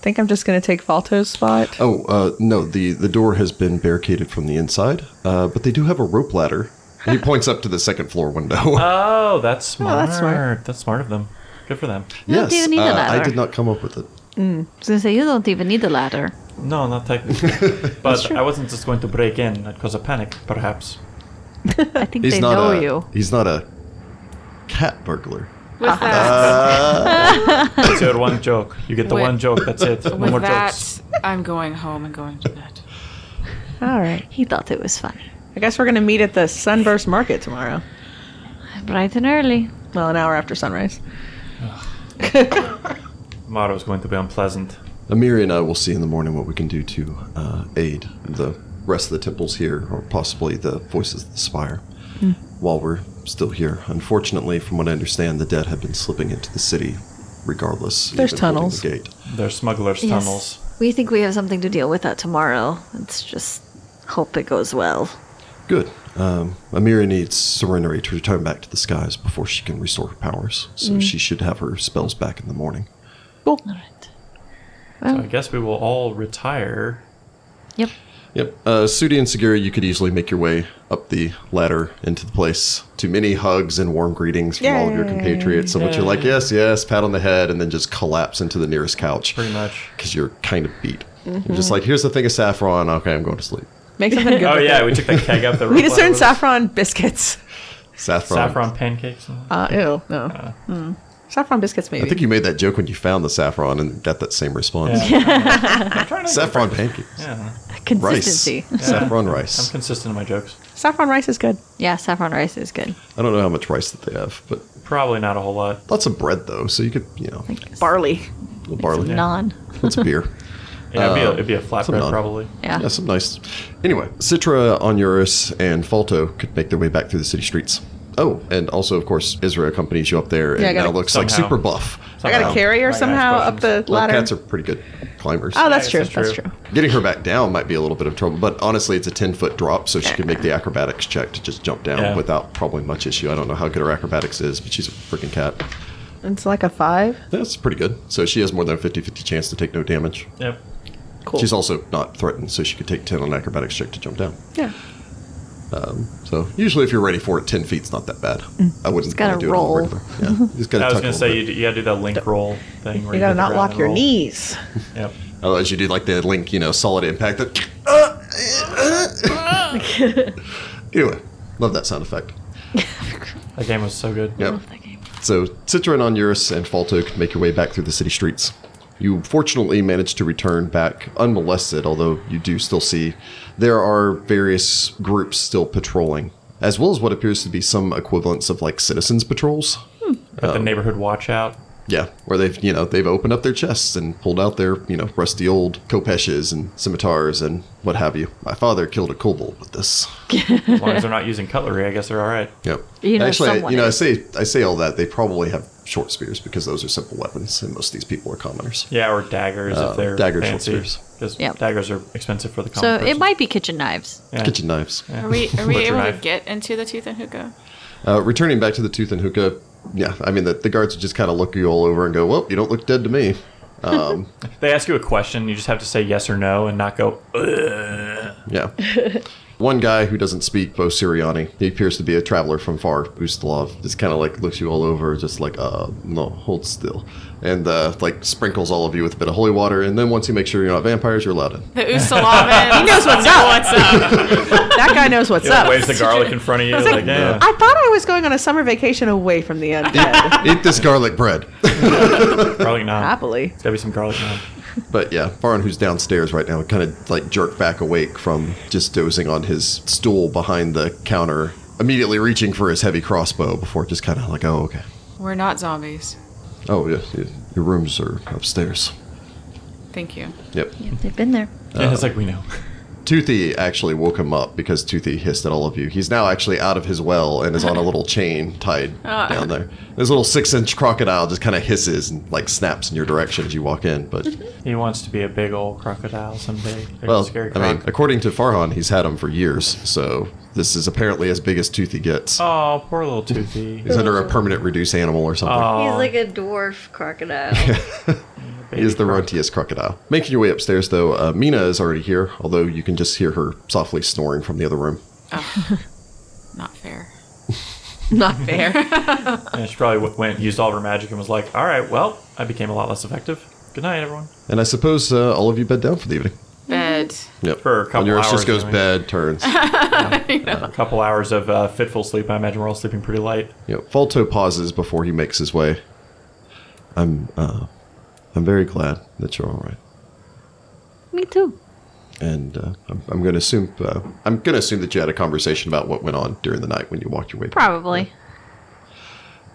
Speaker 4: think I'm just gonna take Falto's spot.
Speaker 1: Oh, uh, no, the, the door has been barricaded from the inside, uh, but they do have a rope ladder. He points up to the second floor window.
Speaker 5: Uh,
Speaker 3: Oh, that's smart.
Speaker 4: that's
Speaker 3: that's
Speaker 4: smart.
Speaker 3: smart. of them. Good for them.
Speaker 5: You don't even need a
Speaker 1: uh, I
Speaker 5: ladder.
Speaker 1: did not come up with it.
Speaker 5: I was gonna say you don't even need a ladder.
Speaker 3: No, not technically. but I wasn't just going to break in and cause a panic, perhaps.
Speaker 5: I think
Speaker 1: He's
Speaker 5: they
Speaker 1: not
Speaker 5: know
Speaker 1: a
Speaker 5: you.
Speaker 1: he's not a cat burglar.
Speaker 2: With that,
Speaker 1: Uh,
Speaker 3: That's your one joke. You get the
Speaker 2: With-
Speaker 3: one joke. That's it. No
Speaker 2: with
Speaker 3: more
Speaker 2: that,
Speaker 3: jokes.
Speaker 2: I'm going home and going to bed.
Speaker 4: All right.
Speaker 5: He thought it was funny.
Speaker 4: I guess we're gonna meet at the Sunburst Market tomorrow.
Speaker 5: Bright and early.
Speaker 4: Well, an hour after sunrise.
Speaker 3: Tomorrow's going to be unpleasant.
Speaker 1: Amiri and I will see in the morning what we can do to uh, aid the rest of the temples here, or possibly the voices of the spire,
Speaker 5: Hmm.
Speaker 1: while we're still here. Unfortunately, from what I understand, the dead have been slipping into the city, regardless.
Speaker 4: There's
Speaker 1: even holding
Speaker 4: tunnels.
Speaker 1: The gate.
Speaker 3: They're smugglers' tunnels.
Speaker 5: We think we have something to deal with that tomorrow. Let's just hope it goes well.
Speaker 1: Good. Um, Amira needs Serenity to return back to the skies before she can restore her powers, so she should have her spells back in the morning.
Speaker 4: Cool.
Speaker 3: So I guess we will all retire.
Speaker 5: Yep.
Speaker 1: Yep. Uh, Sudi and Segura, you could easily make your way up the ladder into the place to many hugs and warm greetings from all of your
Speaker 4: Yay.
Speaker 1: compatriots. Of which you're like, yes, yes, pat on the head, and then just collapse into the nearest couch
Speaker 3: Pretty much.
Speaker 1: because you're kind of beat. You're just like, here's the thing of saffron. Okay, I'm going to sleep.
Speaker 4: Make something good.
Speaker 3: Oh
Speaker 4: with
Speaker 3: yeah,
Speaker 4: it.
Speaker 3: we took that keg up the.
Speaker 4: We
Speaker 3: rope
Speaker 4: just
Speaker 3: ladder.
Speaker 4: turned saffron biscuits.
Speaker 1: Saffron.
Speaker 3: Saffron pancakes. and-
Speaker 4: Uh, ew, no. Mm. Saffron biscuits, maybe.
Speaker 1: I think you made that joke when you found the saffron and got that same response.
Speaker 3: I'm trying to.
Speaker 1: Saffron pancakes.
Speaker 3: Yeah,
Speaker 1: Rice.
Speaker 5: Consistency.
Speaker 1: Saffron
Speaker 3: I'm
Speaker 1: rice.
Speaker 3: consistent in my jokes.
Speaker 4: Saffron rice is good.
Speaker 5: Yeah, saffron rice is good.
Speaker 1: I don't know how much rice that they have, but
Speaker 3: Probably not a whole lot.
Speaker 1: lots of bread, though. So you could, you know,
Speaker 5: Like
Speaker 4: Barley.
Speaker 1: little barley.
Speaker 5: non.
Speaker 1: It's beer.
Speaker 3: Yeah, it'd, be a,
Speaker 1: Um,
Speaker 3: it'd be a
Speaker 1: some
Speaker 3: flatbread
Speaker 1: non.
Speaker 3: probably.
Speaker 5: Yeah.
Speaker 1: Yeah, some nice. Anyway, Citra, Onuris, and Falto could make their way back through the city streets. Oh, and also, of course, Israel accompanies you up there and
Speaker 4: Yeah, I gotta-
Speaker 1: now looks like
Speaker 3: Somehow.
Speaker 1: super buff.
Speaker 4: I got to
Speaker 3: Somehow.
Speaker 4: carry her
Speaker 3: Like, I asked
Speaker 4: somehow up the
Speaker 3: questions.
Speaker 1: Well,
Speaker 4: ladder.
Speaker 1: cats are pretty good climbers.
Speaker 4: oh, that's
Speaker 3: Yeah,
Speaker 4: true.
Speaker 3: it's
Speaker 4: That's
Speaker 3: true.
Speaker 4: true.
Speaker 1: Getting her back down might be a little bit of trouble, but honestly, it's a 10 foot drop, so she can make the acrobatics check to just jump down
Speaker 3: Yeah.
Speaker 1: without probably much issue. I don't know how good her acrobatics is, but she's a freaking cat.
Speaker 4: It's like a five.
Speaker 1: That's pretty good. So she has more than a 50 50 chance to take no damage.
Speaker 3: Yep.
Speaker 4: Cool.
Speaker 1: She's also not threatened, so she could take 10 on acrobatics check to jump down.
Speaker 4: yeah.
Speaker 1: So usually, if you're ready for it, ten feet's not that bad. I wouldn't
Speaker 5: Mm. gotta
Speaker 1: want to do
Speaker 5: roll.
Speaker 1: it on the regular. Yeah, you just gotta
Speaker 3: I was
Speaker 1: tuck a little
Speaker 3: gonna say
Speaker 1: bit.
Speaker 3: you, d- you gotta do that link roll thing. Where
Speaker 4: You got to
Speaker 3: hit the
Speaker 4: not
Speaker 3: ground
Speaker 4: lock
Speaker 3: and
Speaker 4: your
Speaker 3: roll.
Speaker 4: knees.
Speaker 3: Yep.
Speaker 1: Otherwise, you do like the link, you know, solid impact. That. anyway, love that sound effect.
Speaker 3: That game was so good.
Speaker 1: Yep. So Citra and Onuris and Falto could make your way back through the city streets. You fortunately managed to return back unmolested, although you do still see there are various groups still patrolling, as well as what appears to be some equivalents of like citizens patrols. Uh,
Speaker 3: But the neighborhood watch out.
Speaker 1: Yeah, where they've you know they've opened up their chests and pulled out their you know rusty old kopeshes and scimitars and what have you. My father killed a kobold with this.
Speaker 3: As long as they're not using cutlery, I guess they're all right.
Speaker 1: Yep.
Speaker 5: You know,
Speaker 1: Actually, I,
Speaker 5: someone
Speaker 1: you know, I
Speaker 5: is.
Speaker 1: say I say all that. They probably have short spears because those are simple weapons, and most of these people are commoners.
Speaker 3: Yeah, or daggers
Speaker 1: Uh,
Speaker 3: if they're
Speaker 1: dagger short
Speaker 3: fancy.
Speaker 1: spears.
Speaker 3: Because
Speaker 5: Yep.
Speaker 3: daggers are expensive for the common
Speaker 5: So it
Speaker 3: person.
Speaker 5: might be kitchen knives.
Speaker 3: Yeah.
Speaker 1: Kitchen knives.
Speaker 2: Are we are we
Speaker 3: Butcher
Speaker 2: able to
Speaker 3: knife.
Speaker 2: get into the tooth and hookah?
Speaker 1: Uh, returning back to the tooth and hookah, yeah, I mean, the, the guards would just kind of look you all over and go, well, you don't look dead to me. Um,
Speaker 3: They ask you a question. You just have to say yes or no and not go. Ugh.
Speaker 1: yeah. One guy who doesn't speak Bo Siriani, he appears to be a traveler from far, Ustalov, just kind of like looks you all over, just like, uh, no, hold still. And uh, like sprinkles all of you with a bit of holy water. And then once he makes sure you're not vampires, you're allowed in.
Speaker 2: The Ustalavan. he knows what's up. What's up?
Speaker 4: That guy knows what's up.
Speaker 3: waves the garlic in front of you.
Speaker 4: I was
Speaker 3: Like,
Speaker 4: like,
Speaker 3: yeah.
Speaker 4: I thought I was going on a summer vacation away from the undead.
Speaker 1: Eat this garlic bread.
Speaker 3: garlic knob.
Speaker 4: Happily.
Speaker 3: It's gotta be some garlic knob.
Speaker 1: But yeah, Baron, who's downstairs right now, kind of like jerked back awake from just dozing on his stool behind the counter, immediately reaching for his heavy crossbow before just kind of like, oh, okay.
Speaker 2: We're not zombies.
Speaker 1: Oh, yeah, yeah, your rooms are upstairs.
Speaker 2: Thank you.
Speaker 1: Yep.
Speaker 5: Yeah, they've been there.
Speaker 1: Uh,
Speaker 3: yeah, it's like we know.
Speaker 1: Toothy actually woke him up because Toothy hissed at all of you. He's now actually out of his well and is on a little chain tied
Speaker 2: Ah.
Speaker 1: down there. This little six inch crocodile just kind of hisses and like snaps in your direction as you walk in, but.
Speaker 3: He wants to be a big old crocodile someday. Big
Speaker 1: Well,
Speaker 3: scary
Speaker 1: I
Speaker 3: croc.
Speaker 1: mean, according to Farhan, he's had him for years, so this is apparently as big as Toothy gets.
Speaker 3: oh, poor little Toothy.
Speaker 1: He's under a permanent reduce animal or something.
Speaker 3: Oh,
Speaker 5: He's like a dwarf crocodile.
Speaker 1: he is the runtiest crocodile. Making your way upstairs, though, uh, Mina is already here, although you can just hear her softly snoring from the other room.
Speaker 2: Not fair.
Speaker 4: Not fair.
Speaker 3: Yeah, she probably w- went, used all of her magic, and was like, "All right, well, I became a lot less effective. Good night, everyone."
Speaker 1: And I suppose uh, all of you bed down for the evening.
Speaker 2: Bed.
Speaker 1: Yep.
Speaker 3: For a couple
Speaker 1: and yours
Speaker 3: hours,
Speaker 1: just goes
Speaker 3: I mean.
Speaker 1: bed, turns.
Speaker 3: A couple hours of uh, fitful sleep. I imagine we're all sleeping pretty light.
Speaker 1: yep. Falto pauses before he makes his way. I'm, uh, I'm very glad that you're all right.
Speaker 5: Me too.
Speaker 1: And uh, I'm, I'm going to assume uh, I'm going to assume that you had a conversation about what went on during the night when you walked your way. back.
Speaker 5: Probably.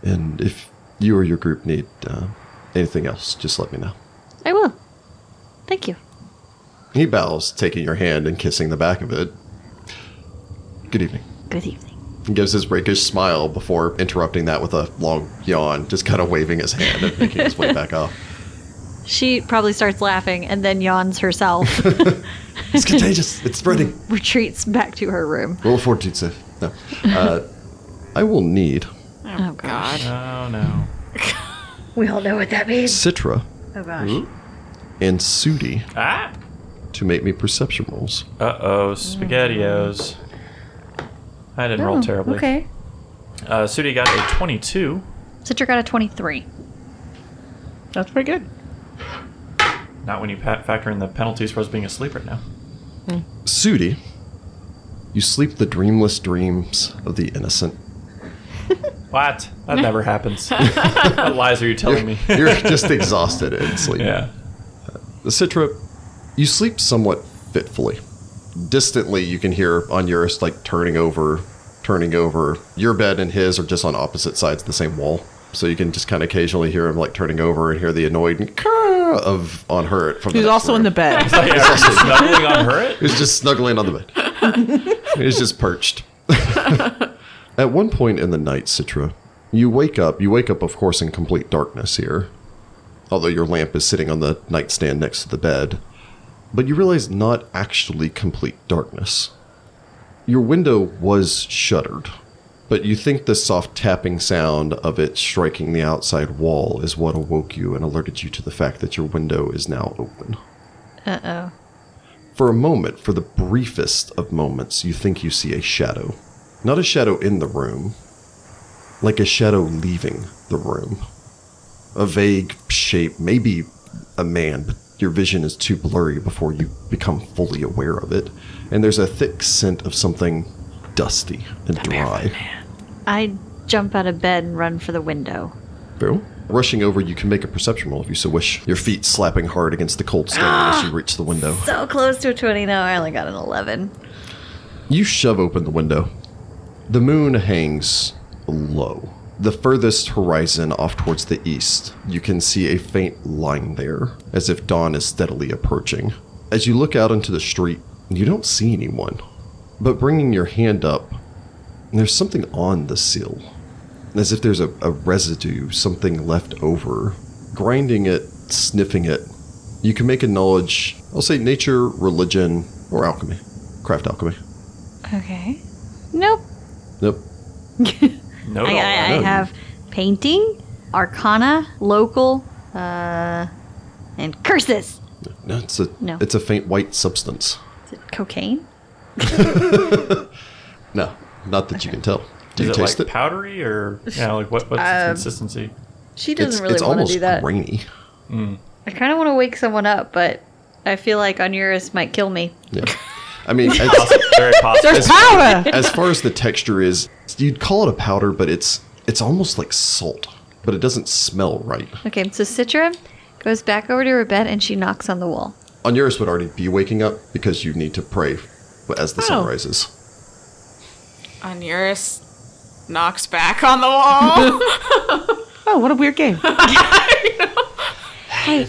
Speaker 1: And if you or your group need uh, anything else, just let me know.
Speaker 5: I will. Thank you.
Speaker 1: He bows, taking your hand and kissing the back of it. Good evening.
Speaker 5: Good evening.
Speaker 1: He gives his rakish smile before interrupting that with a long yawn, just kind of waving his hand and making his way back up.
Speaker 5: She probably starts laughing and then yawns herself.
Speaker 1: It's contagious. It's spreading.
Speaker 5: retreats back to her room.
Speaker 1: Roll a fortitude save. No. Uh, I will need
Speaker 2: Oh,
Speaker 5: gosh.
Speaker 2: God.
Speaker 3: Oh no.
Speaker 5: We all know what that means.
Speaker 1: Citra
Speaker 5: Oh gosh.
Speaker 1: and Sudi
Speaker 3: Ah.
Speaker 1: to make me perception rolls.
Speaker 3: Uh oh, SpaghettiOs. I didn't
Speaker 1: Oh,
Speaker 3: roll terribly.
Speaker 5: Okay.
Speaker 3: Uh, Sudi got a 22.
Speaker 5: Citra got a 23.
Speaker 4: That's pretty good.
Speaker 3: Not when you pa- factor in the penalties for us being asleep right now.
Speaker 1: Sudi, you sleep the dreamless dreams of the innocent.
Speaker 3: What? That never happens. what lies are you telling me?
Speaker 1: You're just exhausted in sleep.
Speaker 3: yeah.
Speaker 1: Citra, you sleep somewhat fitfully. Distantly, you can hear Onuris like turning over, turning over. Your bed and his are just on opposite sides of the same wall. So you can just kind of occasionally hear him like turning over and hear the annoyed "Caw" of on her from the
Speaker 4: Who's
Speaker 1: next
Speaker 4: also in the
Speaker 1: room.
Speaker 4: bed.
Speaker 3: Yeah, we're snuggling on her. it?
Speaker 1: He's just snuggling on the bed. He's just perched. At one point in the night, Citra, you wake up. You wake up, of course, in complete darkness here, although your lamp is sitting on the nightstand next to the bed. But you realize not actually complete darkness. Your window was shuttered, but you think the soft tapping sound of it striking the outside wall is what awoke you and alerted you to the fact that your window is now open.
Speaker 5: Uh oh.
Speaker 1: For a moment, for the briefest of moments, you think you see a shadow. Not a shadow in the room, like a shadow leaving the room. A vague shape, maybe a man, but your vision is too blurry before you become fully aware of it. And there's a thick scent of something dusty and dry.
Speaker 5: I jump out of bed and run for the window.
Speaker 1: Beryl? Rushing over, you can make a perception roll if you so wish. Your feet slapping hard against the cold stone as you reach the window.
Speaker 5: So close to a 20 now, I only got an 11.
Speaker 1: You shove open the window. The moon hangs low. The furthest horizon off towards the east, you can see a faint line there, as if dawn is steadily approaching. As you look out into the street, you don't see anyone. But bringing your hand up, there's something on the sill. as if there's a, a residue, something left over. Grinding it, sniffing it, you can make a knowledge, I'll say nature, religion, or alchemy. Craft alchemy.
Speaker 5: Okay. Nope.
Speaker 1: Nope. Oh,
Speaker 3: No,
Speaker 5: I, I, I
Speaker 1: no.
Speaker 5: have painting, arcana, local, uh, and curses.
Speaker 1: No, it's a
Speaker 5: No.
Speaker 1: it's a faint white substance.
Speaker 5: Is it cocaine?
Speaker 1: No, not that you can tell. Do
Speaker 3: Is
Speaker 1: you
Speaker 3: it
Speaker 1: taste
Speaker 3: like
Speaker 1: it?
Speaker 3: powdery or yeah? Like what? What's
Speaker 5: Um,
Speaker 3: its consistency?
Speaker 5: She doesn't
Speaker 1: It's,
Speaker 5: really
Speaker 1: it's
Speaker 5: want to
Speaker 1: almost
Speaker 5: do that.
Speaker 1: grainy.
Speaker 5: I kind of want to wake someone up, but I feel like Onuris might kill me.
Speaker 1: Yeah. I mean, as,
Speaker 3: Possi- Very possible.
Speaker 4: There's power.
Speaker 1: as far as the texture is, you'd call it a powder, but it's it's almost like salt, but it doesn't smell right.
Speaker 5: Okay, so Citra goes back over to her bed and she knocks on the wall.
Speaker 1: Onuris would already be waking up because you need to pray as the sun
Speaker 4: Oh.
Speaker 1: rises.
Speaker 2: Onuris knocks back on the wall.
Speaker 4: Oh, what a weird game.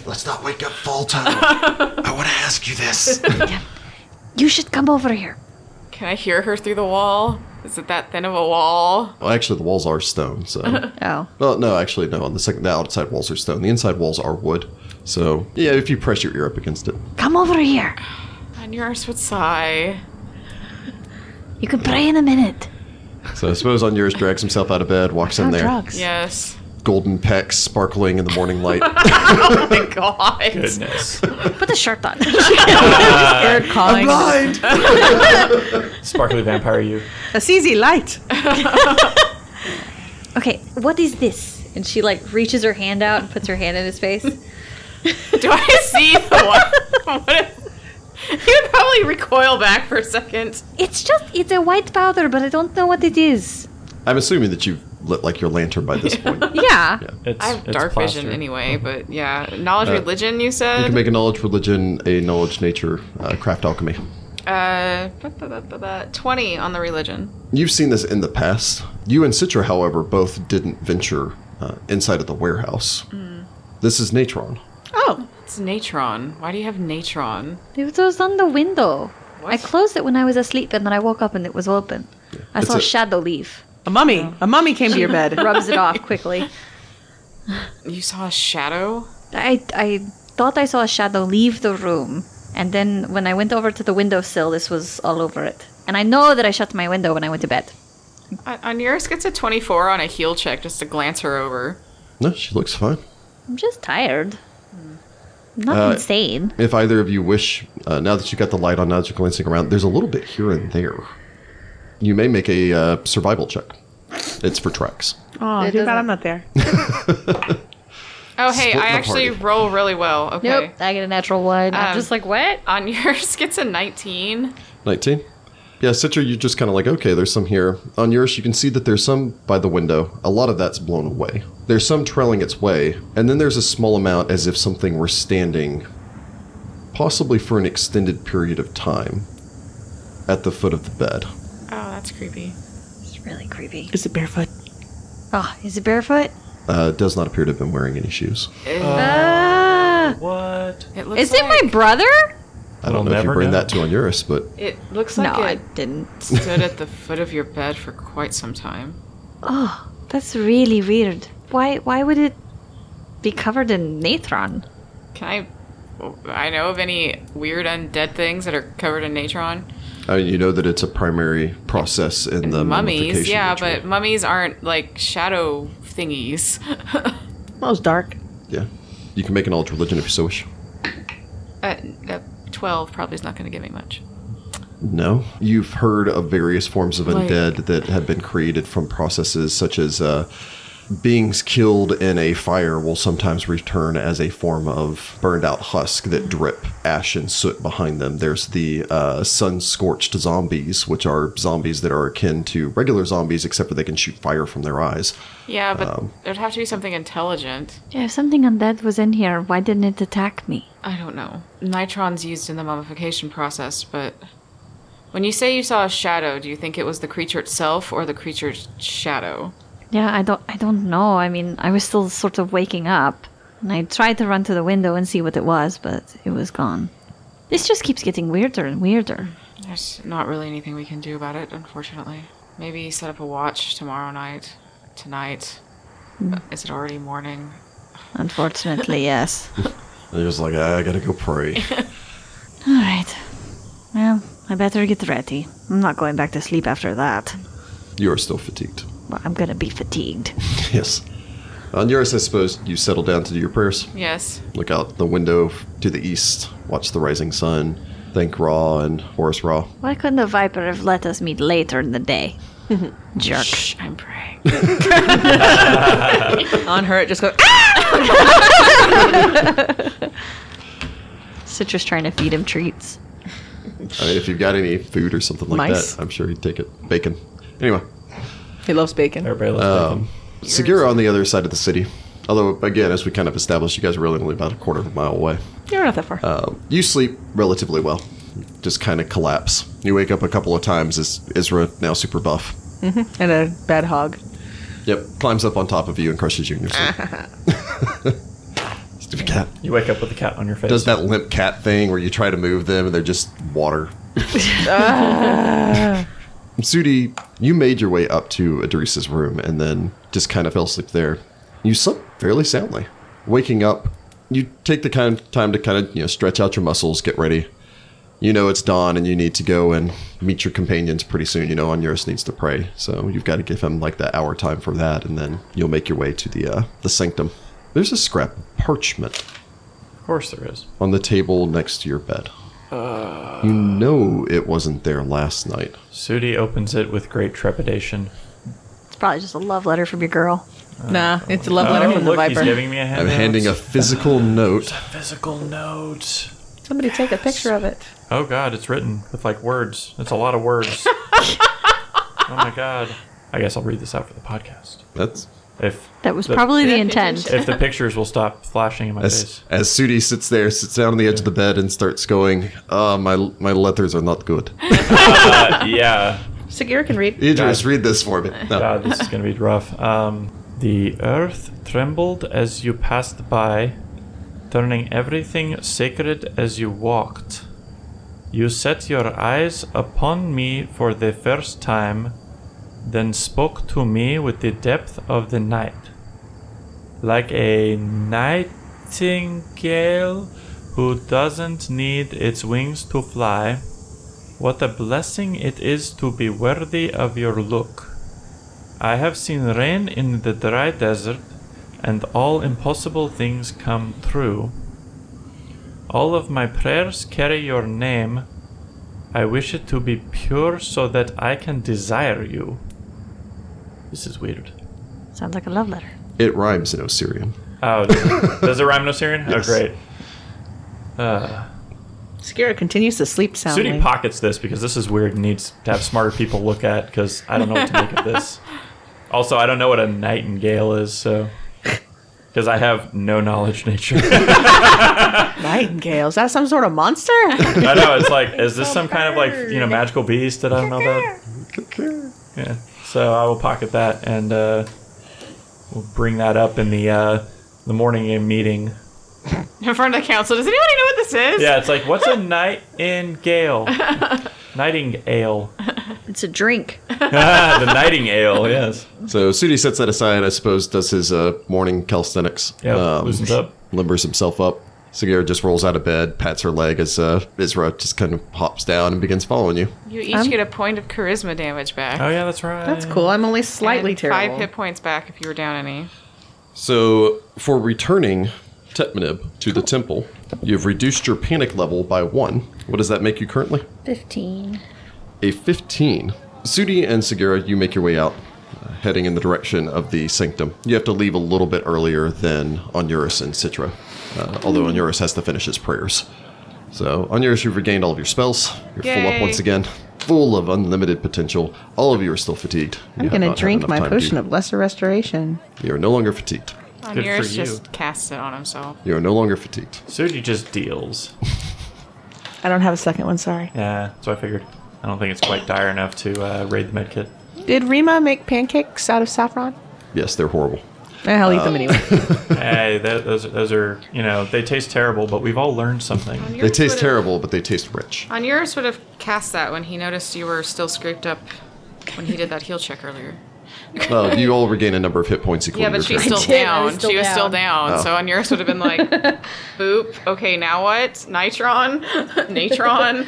Speaker 1: Let's not wake up Volto. I want to ask you this.
Speaker 5: You should come over here.
Speaker 2: Can I hear her through the wall? Is it that thin of a wall?
Speaker 1: Well, actually, the walls are stone, so.
Speaker 5: Oh,
Speaker 1: Well, no, actually, no. On the second, the outside walls are stone. The inside walls are wood. So, yeah, if you press your ear up against it,
Speaker 5: come over here.
Speaker 2: Onuris would sigh.
Speaker 5: You can pray in a minute.
Speaker 1: So I suppose on yours drags himself out of bed, walks in
Speaker 4: Found
Speaker 1: there,
Speaker 4: drugs.
Speaker 2: Yes.
Speaker 1: golden pecs sparkling in the morning light.
Speaker 2: Oh my god.
Speaker 3: Goodness.
Speaker 5: Put the shirt on.
Speaker 4: Third calling.
Speaker 1: Blind.
Speaker 3: Sparkly vampire, you.
Speaker 4: Assisi light.
Speaker 5: okay, what is this? And she like reaches her hand out and puts her hand in his face.
Speaker 2: Do I see the one? What if- You'd probably recoil back for a second.
Speaker 5: It's just it's a white powder, but I don't know what it is.
Speaker 1: I'm assuming that you've lit like your lantern by this point. You
Speaker 5: Yeah.
Speaker 3: It's,
Speaker 2: I have
Speaker 3: it's
Speaker 2: dark
Speaker 3: plaster.
Speaker 2: vision anyway, but yeah. Knowledge religion, you said?
Speaker 1: can make a knowledge religion, a knowledge nature, uh, craft alchemy.
Speaker 2: uh, ba- ba- ba- ba- ba- 20 on the religion.
Speaker 1: You've seen this in the past. You and Citra, however, both didn't venture uh, inside of the warehouse. This is Natron.
Speaker 4: Oh,
Speaker 2: It's Natron. Why do you have Natron?
Speaker 5: It was on the window. I
Speaker 2: What?
Speaker 5: closed it when I was asleep and then I woke up and it was open. I
Speaker 1: It's
Speaker 5: saw a
Speaker 1: a-
Speaker 5: shadow leave.
Speaker 4: a mummy. A mummy came to your bed.
Speaker 5: Rubs it off quickly.
Speaker 2: You saw a shadow?
Speaker 5: I, I thought I saw a shadow leave the room, and then when I went over to the windowsill, this was all over it. And I know that I shut my window when I went to bed.
Speaker 2: Uh, Onuris gets a 24 on a heel check just to glance her over.
Speaker 1: No, she looks fine.
Speaker 5: I'm just tired. Hmm. I'm not
Speaker 1: Uh,
Speaker 5: insane.
Speaker 1: If either of you wish, uh, now that you've got the light on, now that you're glancing around, there's a little bit here and there. You may make a uh, survival check. It's for tracks.
Speaker 4: Oh,
Speaker 5: It
Speaker 4: too bad
Speaker 5: doesn't-
Speaker 4: I'm not there.
Speaker 2: Oh, hey,
Speaker 1: Split
Speaker 2: I
Speaker 1: the
Speaker 2: actually
Speaker 1: party.
Speaker 2: roll really well. Okay.
Speaker 5: Nope, I get a natural one. I'm
Speaker 2: Um,
Speaker 5: just like, what?
Speaker 2: Onuris gets a 19.
Speaker 1: 19. Yeah, Citra, you're just kind of like, okay, there's some here. On yours, you can see that there's some by the window. A lot of that's blown away. There's some trailing its way, and then there's a small amount as if something were standing, possibly for an extended period of time, at the foot of the bed.
Speaker 2: Oh, that's creepy.
Speaker 5: It's really creepy.
Speaker 4: Is it barefoot?
Speaker 5: Oh, is it barefoot?
Speaker 1: Uh, does not appear to have been wearing any shoes.
Speaker 5: Uh,
Speaker 1: Uh,
Speaker 5: Ah!
Speaker 3: What?
Speaker 2: It looks
Speaker 5: is it
Speaker 2: like,
Speaker 5: my brother?
Speaker 1: I don't
Speaker 3: We'll
Speaker 1: know if you
Speaker 3: never
Speaker 1: bring
Speaker 3: know.
Speaker 1: that to Onuris, but
Speaker 2: It looks
Speaker 5: No,
Speaker 2: like
Speaker 5: I
Speaker 2: it
Speaker 5: didn't.
Speaker 2: stood at the foot of your bed for quite some time.
Speaker 5: Oh, that's really weird. Why? Why would it be covered in natron?
Speaker 2: Can I? I know of any weird undead things that are covered in natron.
Speaker 1: I mean, you know that it's a primary process in the
Speaker 2: mummies,
Speaker 1: mummification
Speaker 2: yeah,
Speaker 1: ritual.
Speaker 2: but mummies aren't like shadow thingies.
Speaker 4: Well, it's dark.
Speaker 1: yeah, you can make an knowledge religion if you so wish.
Speaker 2: uh, uh, Twelve probably is not going to give me much.
Speaker 1: No. You've heard of various forms of
Speaker 2: Like-
Speaker 1: undead that have been created from processes such as uh, beings killed in a fire will sometimes return as a form of burned out husk that drip ash and soot behind them. There's the uh, sun scorched zombies, which are zombies that are akin to regular zombies except for they can shoot fire from their eyes.
Speaker 2: Yeah, but
Speaker 1: Um,
Speaker 2: there'd have to be something intelligent.
Speaker 5: Yeah, if something undead was in here, why didn't it attack me?
Speaker 2: I don't know. Nitron's used in the mummification process, but when you say you saw a shadow, do you think it was the creature itself or the creature's shadow?
Speaker 5: Yeah, I don't I don't know. I mean, I was still sort of waking up, and I tried to run to the window and see what it was, but it was gone. This just keeps getting weirder and weirder.
Speaker 2: There's not really anything we can do about it, unfortunately. Maybe set up a watch tomorrow night tonight.
Speaker 4: Hmm.
Speaker 2: Uh, Is it already morning?
Speaker 5: Unfortunately, yes.
Speaker 1: And he was like, "Ah, I gotta go pray.
Speaker 5: All right. Well, I better get ready. I'm not going back to sleep after that.
Speaker 1: you are still fatigued.
Speaker 5: Well, I'm gonna be fatigued.
Speaker 1: Yes. On yours, I suppose you settle down to do your prayers.
Speaker 2: Yes.
Speaker 1: Look out the window to the east, watch the rising sun, thank Ra and Horus Ra.
Speaker 5: Why couldn't the Viper have let us meet later in the day? Jerk.
Speaker 2: I'm praying.
Speaker 6: On her, it just goes.
Speaker 4: "Ah!"
Speaker 5: Citrus trying to feed him treats.
Speaker 1: I mean, if you've got any food or something like
Speaker 4: Mice.
Speaker 1: that, I'm sure he'd take it. Bacon. Anyway,
Speaker 4: He loves bacon.
Speaker 3: Everybody loves
Speaker 1: Oh.
Speaker 3: bacon.
Speaker 1: Segura on the other side of the city. Although, again, as we kind of established, you guys are really only about a quarter of a mile away.
Speaker 4: You're not that far.
Speaker 3: uh,
Speaker 1: Um, you sleep relatively well. Just kind of collapse. You wake up a couple of times as Ezra, now super buff.
Speaker 4: and a bad hog.
Speaker 1: Yep, climbs up on top of you and crushes you in your sleep. Stupid cat.
Speaker 3: You wake up with a cat on your face.
Speaker 1: Does that limp cat thing where you try to move them and they're just water. Sudi, you made your way up to Adrisa's room and then just kind of fell asleep there. You slept fairly soundly. Waking up, you take the kind of time to kind of you know stretch out your muscles, get ready. You know it's dawn and you need to go and meet your companions pretty soon. You know Onuris needs to pray, so you've got to give him like that hour time for that, and then you'll make your way to the uh, the sanctum. There's a scrap of parchment
Speaker 3: Of course there is.
Speaker 1: on the table next to your bed. you know it wasn't there last night.
Speaker 3: Sudi opens it with great trepidation.
Speaker 5: It's probably just a love letter from your girl.
Speaker 4: nah, it's a love letter
Speaker 3: uh, Oh,
Speaker 4: from the
Speaker 3: look, he's
Speaker 4: viper.
Speaker 3: giving me a
Speaker 1: I'm
Speaker 3: handout.
Speaker 1: handing a physical note.
Speaker 3: physical note.
Speaker 4: Somebody take a picture of it.
Speaker 3: Oh god, it's written with like words. It's a lot of words. oh my god. I guess I'll read this out for the podcast.
Speaker 1: That's
Speaker 3: If
Speaker 5: That was
Speaker 3: the-
Speaker 5: probably the intent.
Speaker 3: if the pictures will stop flashing in my
Speaker 1: as
Speaker 3: face.
Speaker 1: as Sudi sits there, sits down on the edge of the bed, and starts going. Uh, my my letters are not good.
Speaker 3: Uh, yeah.
Speaker 6: Sagira can read.
Speaker 1: Idris, read this for me. No.
Speaker 3: God, this is going to be rough. Um, the earth trembled as you passed by, turning everything sacred as you walked. You set your eyes upon me for the first time, then spoke to me with the depth of the night. Like a nightingale who doesn't need its wings to fly, what a blessing it is to be worthy of your look. I have seen rain in the dry desert, and all impossible things come true. All of my prayers carry your name. I wish it to be pure so that I can desire you. This is weird.
Speaker 5: Sounds like a love letter.
Speaker 1: It rhymes in Osirian.
Speaker 3: Oh, does, does it rhyme in Osirian?
Speaker 1: Yes.
Speaker 3: Oh, great. Uh,
Speaker 4: Sagira continues to sleep soundly.
Speaker 3: Sudi pockets this because this is weird and needs to have smarter people look at because I don't know what to make of this. Also, I don't know what a nightingale is, so. Because I have no knowledge nature.
Speaker 4: Nightingale. Is that some sort of monster?
Speaker 3: I know, it's like, is this some kind of like, you know, magical beast that I don't know about? Yeah. So I will pocket that and uh, we'll bring that up in the uh, the morning uh, meeting.
Speaker 2: In front of the council. Does anybody know what this is?
Speaker 3: Yeah, it's like, what's a nightingale? Nightingale.
Speaker 5: It's a drink.
Speaker 3: Ah, the nightingale, yes.
Speaker 1: So Sudi sets that aside, I suppose, does his uh, morning calisthenics.
Speaker 3: Yeah, loosens up.
Speaker 1: Limbers himself up. Sagira just rolls out of bed, pats her leg as uh, Isra just kind of hops down and begins following you.
Speaker 2: You each
Speaker 4: Um,
Speaker 2: get a point of charisma damage back.
Speaker 3: Oh, yeah, that's right.
Speaker 4: That's cool. I'm only slightly
Speaker 2: And
Speaker 4: terrible.
Speaker 2: Five hit points back if you were down any.
Speaker 1: So, for returning Tetmanib to the temple, you've reduced your panic level by one. What does that make you currently?
Speaker 5: 15.
Speaker 1: A 15. Sudi and Segura, you make your way out, uh, heading in the direction of the sanctum. You have to leave a little bit earlier than Onuris and Citra, uh, although
Speaker 4: Hmm.
Speaker 1: Onuris has to finish his prayers. So, Onuris, you've regained all of your spells. You're full up
Speaker 2: Yay.
Speaker 1: once again, full of unlimited potential. All of you are still fatigued.
Speaker 4: I'm going to drink my potion of lesser restoration.
Speaker 1: You're no longer fatigued.
Speaker 3: Good for
Speaker 2: Onuris
Speaker 3: you.
Speaker 2: just casts it on himself.
Speaker 1: You're no longer fatigued.
Speaker 3: Sudi just deals.
Speaker 4: I don't have a second one, sorry.
Speaker 3: Yeah, so I figured. I don't think it's quite dire enough to uh, raid the medkit.
Speaker 4: Did Rima make pancakes out of saffron?
Speaker 1: Yes, they're horrible.
Speaker 4: Eh, I'll
Speaker 3: Uh,
Speaker 4: eat them anyway.
Speaker 3: hey, tho- those those are you know they taste terrible, but we've all learned something.
Speaker 2: Onuris
Speaker 1: They taste
Speaker 2: would've-
Speaker 1: terrible, but they taste rich.
Speaker 2: Onuris would have cast that when he noticed you were still scraped up when he did that heal check earlier.
Speaker 1: Well, you all regain a number of hit points equal
Speaker 2: Yeah,
Speaker 1: to
Speaker 2: but
Speaker 1: your
Speaker 2: she's
Speaker 1: turn.
Speaker 2: still
Speaker 5: I did, I
Speaker 2: down.
Speaker 5: was still
Speaker 2: she was still down.
Speaker 1: Oh.
Speaker 2: So Onuris would have been like, boop, okay, now what? Nitron? Natron?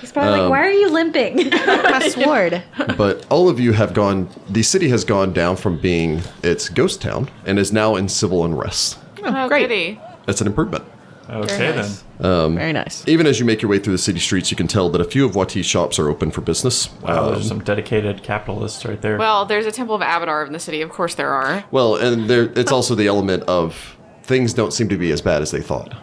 Speaker 5: He's probably like, why are you limping?
Speaker 4: My sword.
Speaker 1: but all of you have gone. The city has gone down from being its ghost town and is now in civil unrest.
Speaker 2: oh,
Speaker 4: great.
Speaker 2: goody.
Speaker 1: That's an improvement.
Speaker 3: Okay then.
Speaker 4: nice.
Speaker 3: Um,
Speaker 4: Very nice.
Speaker 1: Even as you make your way through the city streets, you can tell that a few of Wati's shops are open for business.
Speaker 3: Wow,
Speaker 1: Um,
Speaker 3: there's some dedicated capitalists right there.
Speaker 2: Well, there's a Temple of Abadar in the city. Of course there are.
Speaker 1: Well, and there, it's also the element of things don't seem to be as bad as they thought.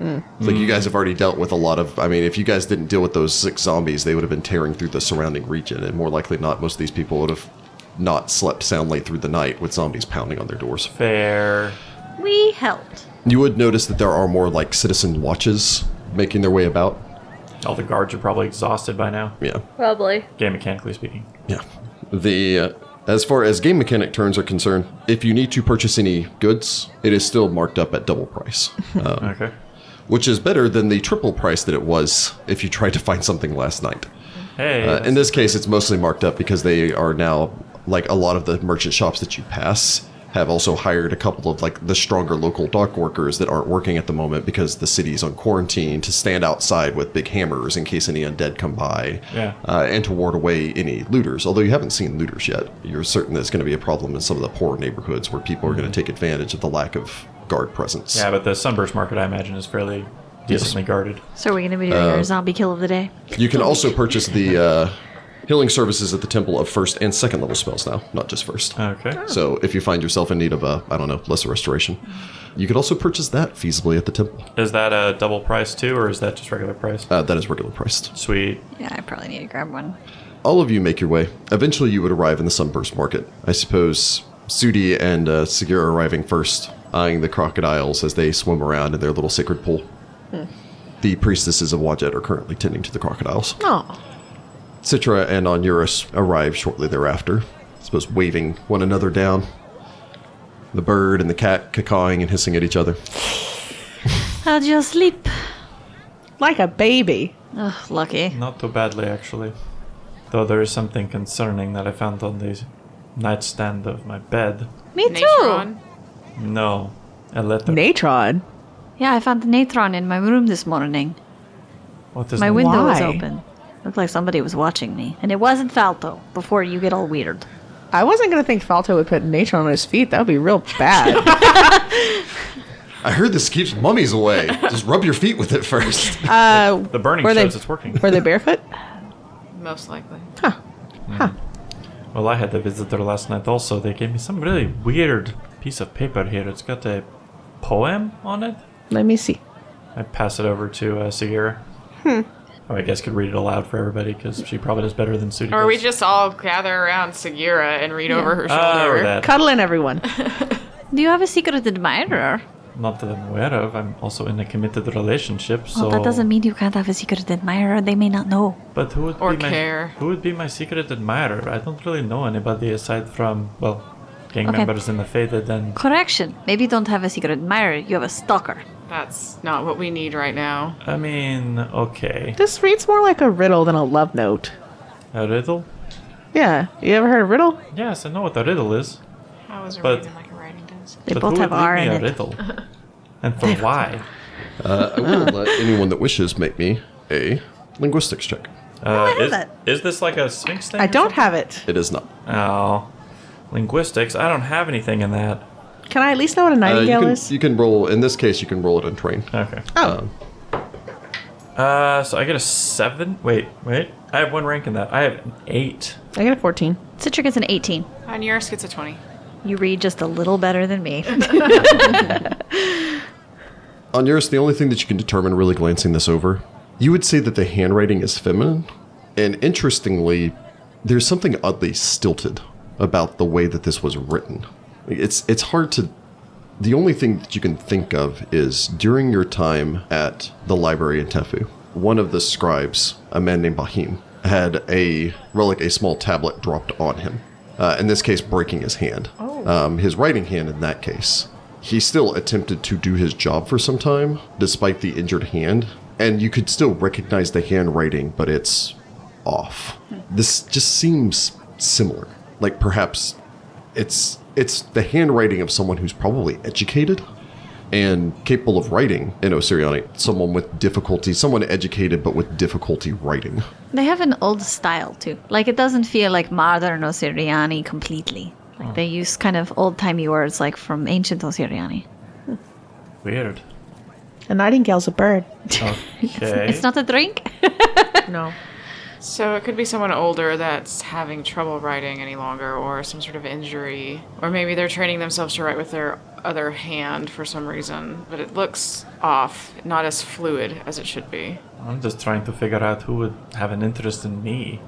Speaker 1: It's Like you guys have already dealt with a lot of. I mean, if you guys didn't deal with those six zombies, they would have been tearing through the surrounding region, and more likely not, most of these people would have not slept soundly through the night with zombies pounding on their doors.
Speaker 3: Fair.
Speaker 5: we helped.
Speaker 1: You would notice that there are more like citizen watches making their way about.
Speaker 3: All the guards are probably exhausted by now.
Speaker 1: Yeah,
Speaker 5: Probably.
Speaker 3: Game mechanically speaking.
Speaker 1: yeah. The uh, as far as game mechanic turns are concerned, if you need to purchase any goods, it is still marked up at double price. Um,
Speaker 3: Okay.
Speaker 1: which is better than the triple price that it was if you tried to find something last night.
Speaker 3: Hey.
Speaker 1: Uh,
Speaker 3: that's-
Speaker 1: in this case, it's mostly marked up because they are now like a lot of the merchant shops that you pass have also hired a couple of like the stronger local dock workers that aren't working at the moment because the city's on quarantine to stand outside with big hammers in case any undead come by
Speaker 3: Yeah.
Speaker 1: uh, and to ward away any looters although you haven't seen looters yet you're certain that's going to be a problem in some of the poor neighborhoods where people are going to take advantage of the lack of guard presence
Speaker 3: Mm-hmm. yeah, but the sunburst market, I imagine, is fairly decently guarded.
Speaker 5: So are we going to be doing our zombie kill of the day?
Speaker 1: You can also purchase the uh, healing services at the Temple of first and second level spells now, not just first.
Speaker 3: Okay.
Speaker 1: So if you find yourself in need of a, I don't know, lesser restoration, you could also purchase that feasibly at the temple.
Speaker 3: Is that a double price too, or is that just regular price?
Speaker 1: Uh, that is regular priced.
Speaker 3: Sweet.
Speaker 5: Yeah, I probably need to grab one.
Speaker 1: All of you make your way. Eventually, you would arrive in the Sunburst Market. I suppose Sudi and uh, Segura arriving first, eyeing the crocodiles as they swim around in their little sacred pool. The priestesses of Wajet are currently tending to the crocodiles.
Speaker 4: Oh,
Speaker 1: Citra and Onuris arrive shortly thereafter, I suppose waving one another down. The bird and the cat cacawing and hissing at each other.
Speaker 5: How'd you sleep?
Speaker 4: like a baby.
Speaker 5: Ugh, lucky.
Speaker 3: Not too badly, actually. Though there is something concerning that I found on the nightstand of my bed.
Speaker 5: Me too.
Speaker 2: Natron?
Speaker 3: No, a letter.
Speaker 4: Natron.
Speaker 5: Yeah, I found the natron in my room this morning.
Speaker 3: what is
Speaker 5: My
Speaker 3: it?
Speaker 5: window was
Speaker 4: Why?
Speaker 5: open. Looked like somebody was watching me, and it wasn't Falto. Before you get all weird.
Speaker 4: I wasn't gonna think Falto would put Natron on his feet. That would be real bad.
Speaker 1: I heard this keeps mummies away. Just rub your feet with it first.
Speaker 4: uh,
Speaker 3: The burning
Speaker 4: were they-
Speaker 3: shows it's working.
Speaker 4: were they barefoot?
Speaker 2: Most likely.
Speaker 3: Well, I had a visitor last night also. They gave me some really weird piece of paper here. It's got a poem on it.
Speaker 4: Let me see.
Speaker 3: I pass it over to uh, Sagira. Hmm. Oh, I guess could read it aloud for everybody because she probably does better than Sudi.
Speaker 2: Or we
Speaker 3: does.
Speaker 2: just all gather around Segura and read over her
Speaker 3: Ah, or
Speaker 2: shoulder.
Speaker 3: that.
Speaker 4: Cuddle in everyone.
Speaker 5: Do you have a secret admirer?
Speaker 3: Not that I'm aware of. I'm also in a committed relationship, so.
Speaker 5: Well, Oh, that doesn't mean you can't have a secret admirer. They may not know.
Speaker 3: But who would
Speaker 2: Or
Speaker 3: be my,
Speaker 2: care.
Speaker 3: Who would be my secret admirer? I don't really know anybody aside from well, gang
Speaker 5: Okay.
Speaker 3: members in the Faded and
Speaker 5: Correction. Maybe you don't have a secret admirer. You have a stalker.
Speaker 2: That's not what we need right now.
Speaker 3: I mean, okay,
Speaker 4: This reads more like a riddle than a love note.
Speaker 3: a riddle.
Speaker 4: Yeah. You ever heard of riddle?
Speaker 3: Yes, I know what a riddle is,
Speaker 2: How is it
Speaker 3: But-
Speaker 2: reading like a writing test?
Speaker 5: They
Speaker 3: but
Speaker 5: both
Speaker 3: who
Speaker 5: have
Speaker 3: would leave
Speaker 5: R
Speaker 3: me
Speaker 5: in
Speaker 3: a
Speaker 5: it.
Speaker 3: riddle, and for why?
Speaker 1: I will let anyone that wishes make me a linguistics check.
Speaker 3: Uh,
Speaker 5: have
Speaker 3: is,
Speaker 5: it.
Speaker 3: is this like a Sphinx thing?
Speaker 4: I
Speaker 3: or
Speaker 4: don't have it.
Speaker 1: It is not.
Speaker 3: something? Oh, linguistics. I don't have anything in that.
Speaker 4: Can I at least know what
Speaker 1: Uh,
Speaker 4: a
Speaker 1: you,
Speaker 4: nightingale
Speaker 1: can,
Speaker 4: is?
Speaker 1: you can roll, in this case, you can roll it untrained.
Speaker 3: Okay.
Speaker 4: oh,
Speaker 3: Uh, so I get a seven. Wait, wait. I have one rank in that. I have an eight.
Speaker 4: I get a 14.
Speaker 5: Citric is an 18.
Speaker 2: On yours gets a 20.
Speaker 5: You read just a little better than me.
Speaker 1: On yours, the only thing that you can determine really glancing this over, you would say that the handwriting is feminine. And interestingly, there's something oddly stilted about the way that this was written. It's it's hard to the only thing that you can think of is during your time at the library in Tefu, one of the scribes, a man named Bahim, had a relic, a small tablet dropped on him. Uh, in this case, breaking his hand. Um, his writing hand, in that case. He still attempted to do his job for some time, despite the injured hand. And you could still recognize the handwriting, but it's off. This just seems similar. like perhaps it's it's the handwriting of someone who's probably educated and capable of writing in Osiriani. Someone with difficulty, someone educated but with difficulty writing.
Speaker 5: They have an old style too. Like it doesn't feel like modern Osiriani completely. Like
Speaker 3: Oh.
Speaker 5: they use kind of old timey words like from ancient Osiriani.
Speaker 3: Weird.
Speaker 4: A nightingale's a bird.
Speaker 3: Okay.
Speaker 5: It's not a drink.
Speaker 4: No.
Speaker 2: So it could be someone older that's having trouble writing any longer, or some sort of injury, or maybe they're training themselves to write with their other hand for some reason. But it looks off, not as fluid as it should be.
Speaker 3: I'm just trying to figure out who would have an interest in me.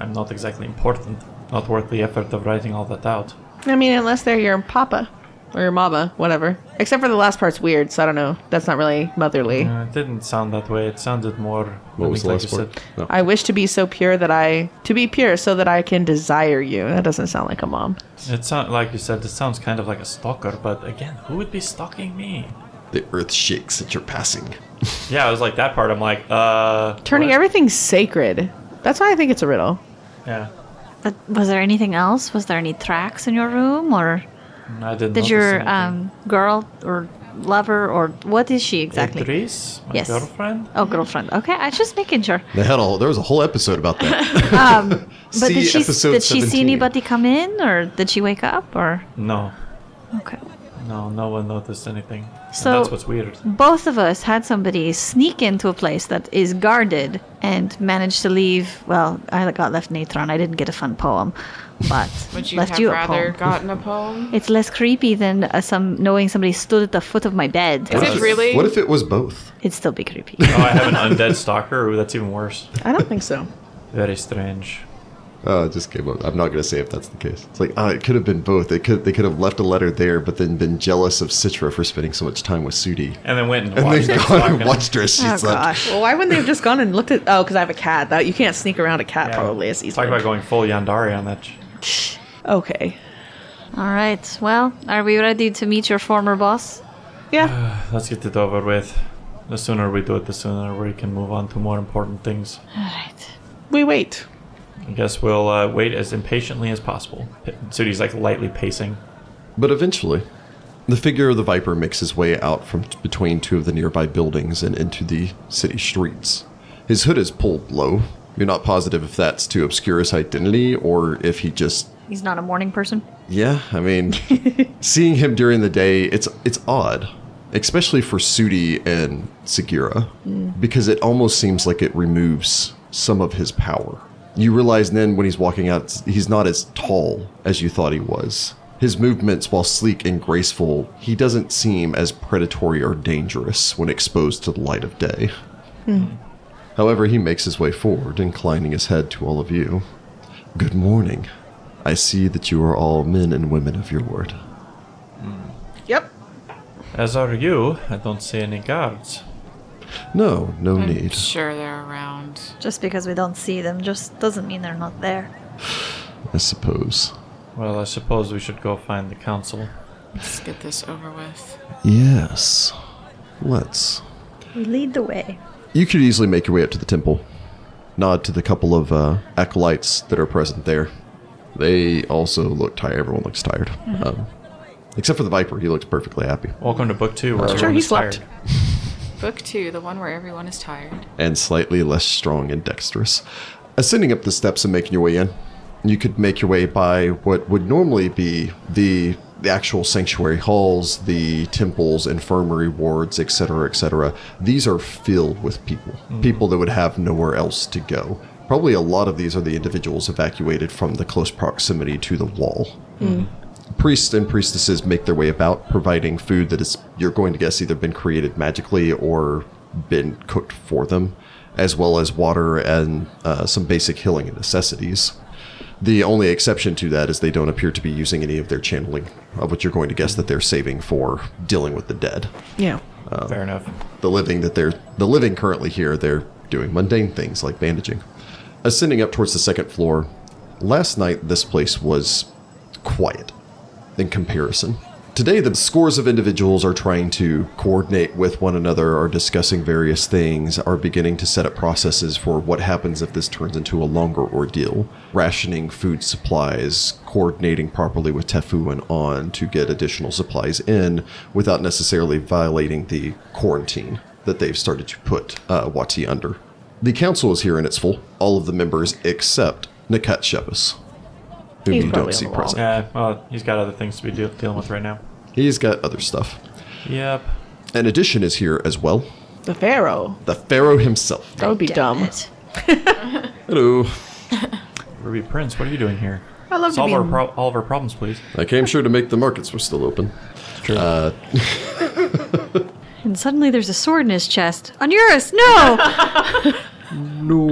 Speaker 3: I'm not exactly important. Not worth the effort of writing all that out.
Speaker 4: I mean, unless they're your papa or your mama, whatever. Except for the last part's weird, so I don't know. That's not really motherly.
Speaker 3: Uh, it didn't sound that way. It sounded more.
Speaker 1: What was the
Speaker 3: like
Speaker 1: last
Speaker 3: you
Speaker 1: part?
Speaker 3: said,
Speaker 1: No.
Speaker 4: I wish to be so pure that I to be pure so that I can desire you. That doesn't sound like a mom.
Speaker 3: It sound like you said. It sounds kind of like a stalker, but again, who would be stalking me?
Speaker 1: The earth shakes at your passing.
Speaker 3: Yeah, I was like that part. I'm like, uh,
Speaker 4: Turning
Speaker 3: what?
Speaker 4: everything sacred. That's why I think it's a riddle.
Speaker 3: Yeah,
Speaker 5: But was there anything else? Was there any tracks in your room, or
Speaker 3: I didn't.
Speaker 5: did
Speaker 3: notice
Speaker 5: your
Speaker 3: anything.
Speaker 5: um, girl or lover or what is she exactly?
Speaker 3: Idris, my
Speaker 5: Yes.
Speaker 3: girlfriend.
Speaker 5: Oh, girlfriend. Okay, I was just making sure.
Speaker 1: They had a, there was a whole episode about that.
Speaker 5: Um, But did she did she see anybody come in, or did she wake up, or
Speaker 3: No,
Speaker 5: okay?
Speaker 3: no, no one noticed anything. And
Speaker 5: So-
Speaker 3: that's what's weird.
Speaker 5: both of us had somebody sneak into a place that is guarded and managed to leave. Well, I got left Natron. I didn't get a fun poem, but
Speaker 2: Would you
Speaker 5: left
Speaker 2: have
Speaker 5: you a
Speaker 2: rather
Speaker 5: poem.
Speaker 2: gotten a poem?
Speaker 5: It's less creepy than uh, some knowing somebody stood at the foot of my bed.
Speaker 2: Is it really?
Speaker 1: Uh, What if it was both?
Speaker 5: It'd still be creepy.
Speaker 3: Oh, I have an undead stalker. Ooh, that's even worse.
Speaker 4: I don't think so.
Speaker 3: Very strange.
Speaker 1: Oh, it just came up. I'm not gonna say if that's the case. It's like, oh, it could have been both. They could they could have left a letter there, but then been jealous of Citra for spending so much time with Sudi,
Speaker 3: And then went and
Speaker 1: and
Speaker 3: watched.
Speaker 1: then
Speaker 3: her
Speaker 1: gone and
Speaker 3: stalking.
Speaker 1: watched her. She's
Speaker 5: oh
Speaker 1: like,
Speaker 5: gosh.
Speaker 4: Well, why wouldn't they have just gone and looked at? Oh, because I have a cat. That you can't sneak around a cat
Speaker 3: Yeah.
Speaker 4: probably as
Speaker 3: Talk
Speaker 4: easily.
Speaker 3: about going full Yandere on that. sh-
Speaker 4: okay.
Speaker 5: All right. Well, are we ready to meet your former boss?
Speaker 4: Yeah.
Speaker 3: Let's get it over with. The sooner we do it, the sooner we can move on to more important things.
Speaker 5: All right.
Speaker 4: we wait.
Speaker 3: I guess we'll uh, wait as impatiently as possible. Sudi's like lightly pacing.
Speaker 1: But eventually, the figure of the Viper makes his way out from t- between two of the nearby buildings and into the city streets. His hood is pulled low. You're not positive if that's to obscure his identity or if he just.
Speaker 5: He's not a morning person.
Speaker 1: Yeah, I mean, seeing him during the day, it's it's odd, especially for Sudi and Segura, because it almost seems like it removes some of his power. You realize then when he's walking out, he's not as tall as you thought he was. His movements, while sleek and graceful, he doesn't seem as predatory or dangerous when exposed to the light of day. However, he makes his way forward, inclining his head to all of you. Good morning. I see that you are all men and women of your word.
Speaker 4: Yep.
Speaker 3: As are you. I don't see any guards.
Speaker 1: No, no
Speaker 2: I'm
Speaker 1: need.
Speaker 2: sure they're around.
Speaker 5: Just because we don't see them just doesn't mean they're not there.
Speaker 1: I suppose.
Speaker 3: Well, I suppose we should go find the council.
Speaker 2: Let's get this over with.
Speaker 1: Yes. Let's.
Speaker 5: We lead the way.
Speaker 1: You could easily make your way up to the temple. Nod to the couple of uh, acolytes that are present there. They also look tired. Everyone looks tired. Um, except for the Viper. He looks perfectly happy
Speaker 3: Welcome to book two. Where
Speaker 4: Sure,
Speaker 3: everyone
Speaker 4: he
Speaker 3: is tired.
Speaker 4: slept.
Speaker 2: Book two, the one where everyone is tired.
Speaker 1: and slightly less strong and dexterous. Ascending up the steps and making your way in, you could make your way by what would normally be the the actual sanctuary halls, the temples, infirmary wards, etc., etc. These are filled with people, people that would have nowhere else to go. Probably a lot of these are the individuals evacuated from the close proximity to the wall priests and priestesses make their way about, providing food that is, you're going to guess, either been created magically or been cooked for them, as well as water and uh, some basic healing necessities. The only exception to that is they don't appear to be using any of their channeling, of which you're going to guess that they're saving for dealing with the dead.
Speaker 4: Yeah.
Speaker 1: Oh.
Speaker 3: Fair enough.
Speaker 1: The living that they're the living currently here, they're doing mundane things like bandaging. Ascending up towards the second floor, last night this place was quiet in comparison Today, the scores of individuals are trying to coordinate with one another, are discussing various things, are beginning to set up processes for what happens if this turns into a longer ordeal. Rationing food supplies, coordinating properly with Tefu and On to get additional supplies in without necessarily violating the quarantine that they've started to put uh, Wati under. The council is here in its full, all of the members except Nakat Shepis, whom
Speaker 4: He's
Speaker 1: you
Speaker 4: probably
Speaker 1: don't see
Speaker 4: on the wall.
Speaker 1: present.
Speaker 3: Yeah, well, he's got other things to be deal dealing with right now.
Speaker 1: He's got other stuff.
Speaker 3: Yep.
Speaker 1: An addition is here as well.
Speaker 4: The Pharaoh.
Speaker 1: The Pharaoh himself.
Speaker 4: That would be dumb.
Speaker 5: It.
Speaker 1: Hello.
Speaker 3: Ruby Prince, what are you doing here?
Speaker 4: I love
Speaker 3: Solve
Speaker 4: to
Speaker 3: our
Speaker 4: be.
Speaker 3: pro- all of our problems, please.
Speaker 1: I came sure to make the markets were still open.
Speaker 3: True.
Speaker 5: And suddenly there's a sword in his chest. On Eurus, no!
Speaker 1: No.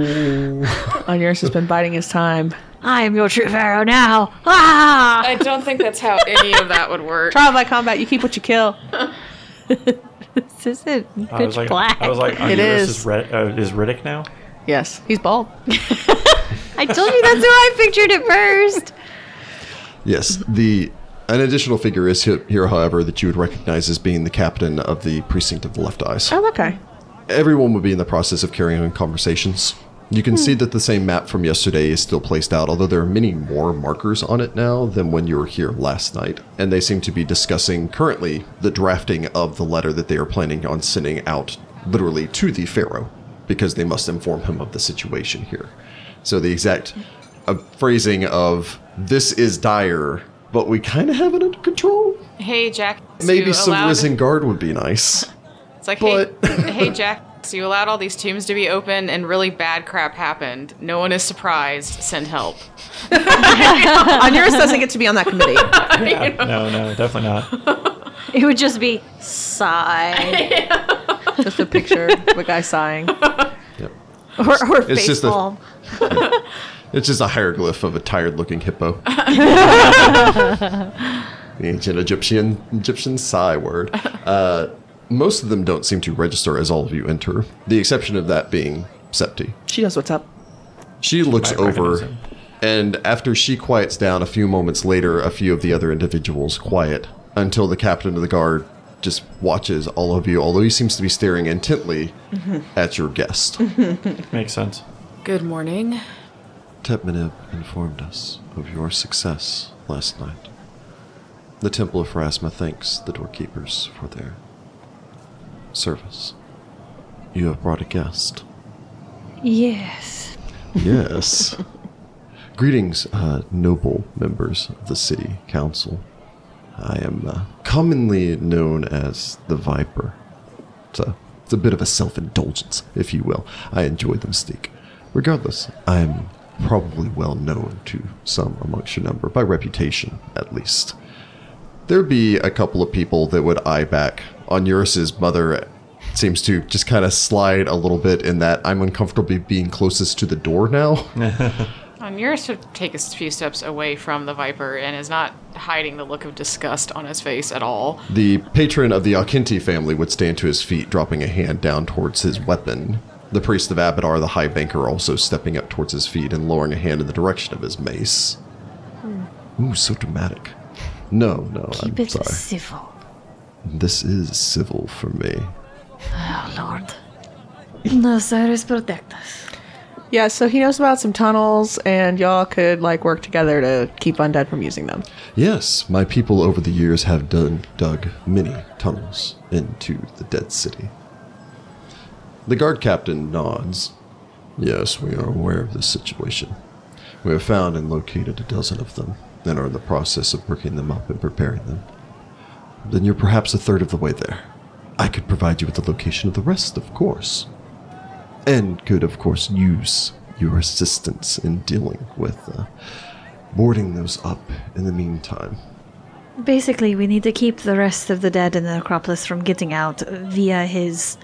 Speaker 4: Onuris has been biding his time.
Speaker 5: I am your true pharaoh now. Ah!
Speaker 2: I don't think that's how any of that would work.
Speaker 4: Trial by combat. You keep what you kill.
Speaker 5: This isn't good
Speaker 3: I was like,
Speaker 5: black.
Speaker 3: I was like,
Speaker 4: It
Speaker 3: Onuris
Speaker 4: is.
Speaker 3: is, Red- uh, is Riddick now?
Speaker 4: Yes, he's bald.
Speaker 5: I told you that's who I pictured at first.
Speaker 1: Yes, the an additional figure is he- here, however, that you would recognize as being the captain of the precinct of the Left Eyes.
Speaker 4: Oh, okay.
Speaker 1: Everyone would be in the process of carrying on conversations. You can see that the same map from yesterday is still placed out, although there are many more markers on it now than when you were here last night. And they seem to be discussing currently the drafting of the letter that they are planning on sending out literally to the Pharaoh, because they must inform him of the situation here. So the exact uh, phrasing of this is dire, but we kind of have it under control.
Speaker 2: Hey, Jack.
Speaker 1: Maybe
Speaker 2: you
Speaker 1: some
Speaker 2: allowed-
Speaker 1: risen guard would be nice.
Speaker 2: It's like,
Speaker 1: but-
Speaker 2: hey, hey, Jack. So you allowed all these tombs to be open, and really bad crap happened. No one is surprised. Send help.
Speaker 4: Onuris doesn't get to be on that committee.
Speaker 3: Yeah. No, no, definitely not.
Speaker 5: It would just be sigh
Speaker 4: Just a picture of a guy sighing.
Speaker 1: Yep.
Speaker 5: or, or
Speaker 1: It's
Speaker 5: face
Speaker 1: just a-
Speaker 5: palm.
Speaker 1: It's just a hieroglyph of a tired-looking hippo. the ancient Egyptian Egyptian sigh word. Uh, most of them don't seem to register as all of you enter. The exception of that being Septi.
Speaker 4: She knows what's up.
Speaker 1: She looks
Speaker 3: Might recognize
Speaker 1: over,
Speaker 3: him.
Speaker 1: and after she quiets down, a few moments later, a few of the other individuals quiet until the captain of the guard just watches all of you. Although he seems to be staring intently at your guest.
Speaker 3: Makes sense.
Speaker 2: Good morning.
Speaker 1: Tetmanib informed us of your success last night. The Temple of Phrasma thanks the doorkeepers for their service. You have brought a guest.
Speaker 5: Yes.
Speaker 1: Yes. Greetings, uh, noble members of the city council. I am uh, commonly known as the Viper. It's a, it's a bit of a self indulgence, if you will. I enjoy the mistake. Regardless, I am probably well known to some amongst your number, by reputation at least. There'd be a couple of people that would eye back. Onuris's mother seems to just kind of slide a little bit in that I'm uncomfortable being closest to the door now.
Speaker 2: Onuris would take a few steps away from the viper and is not hiding the look of disgust on his face at all.
Speaker 1: The patron of the Akinti family would stand to his feet, dropping a hand down towards his weapon. The priest of Abadar, the High Banker, also stepping up towards his feet and lowering a hand in the direction of his mace. Ooh, so dramatic. No, no,
Speaker 5: Hmm. Keep
Speaker 1: I'm
Speaker 5: it
Speaker 1: sorry.
Speaker 5: civil.
Speaker 1: This is civil for me.
Speaker 5: Oh, Lord. No, Cyrus, protect us.
Speaker 4: Yeah, so he knows about some tunnels, and y'all could like work together to keep undead from using them.
Speaker 1: Yes, my people over the years have done, dug many tunnels into the dead city. The guard captain nods. Yes, we are aware of this situation. We have found and located a dozen of them and are in the process of breaking them up and preparing them. Then you're perhaps a third of the way there. I could provide you with the location of the rest, of course. And could, of course, use your assistance in dealing with uh, boarding those up in the meantime.
Speaker 5: Basically, we need to keep the rest of the dead in the Acropolis from getting out via his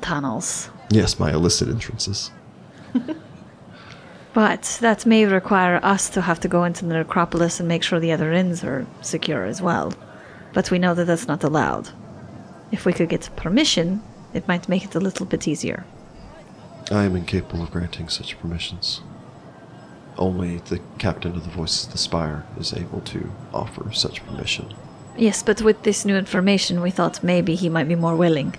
Speaker 5: tunnels.
Speaker 1: Yes, my illicit entrances.
Speaker 5: But that may require us to have to go into the necropolis and make sure the other inns are secure as well. But we know that that's not allowed. If we could get permission, it might make it a little bit easier.
Speaker 1: I am incapable of granting such permissions. Only the captain of the Voices of the Spire is able to offer such permission.
Speaker 5: Yes, but with this new information, we thought maybe he might be more willing.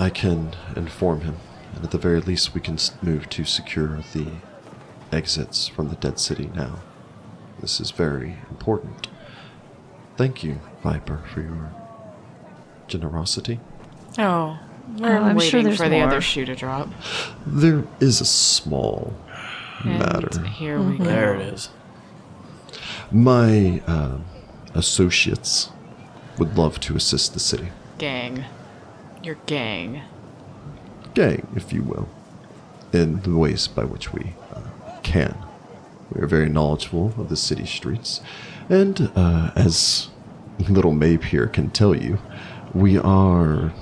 Speaker 1: I can inform him, and at the very least, we can s- move to secure the exits from the dead city now. This is very important. Thank you, Viper, for your generosity.
Speaker 2: Oh, we're
Speaker 5: Oh, I'm sure
Speaker 2: waiting
Speaker 5: there's
Speaker 2: for the
Speaker 5: more.
Speaker 2: other shoe to drop.
Speaker 1: There is a small
Speaker 2: And
Speaker 1: matter.
Speaker 2: here we
Speaker 5: Mm-hmm.
Speaker 2: go.
Speaker 3: There it is.
Speaker 1: My uh, associates would love to assist the city.
Speaker 2: Gang. Your gang.
Speaker 1: gang, if you will, in the ways by which we uh, can. We are very knowledgeable of the city streets, and uh, as little Mabe here can tell you, we are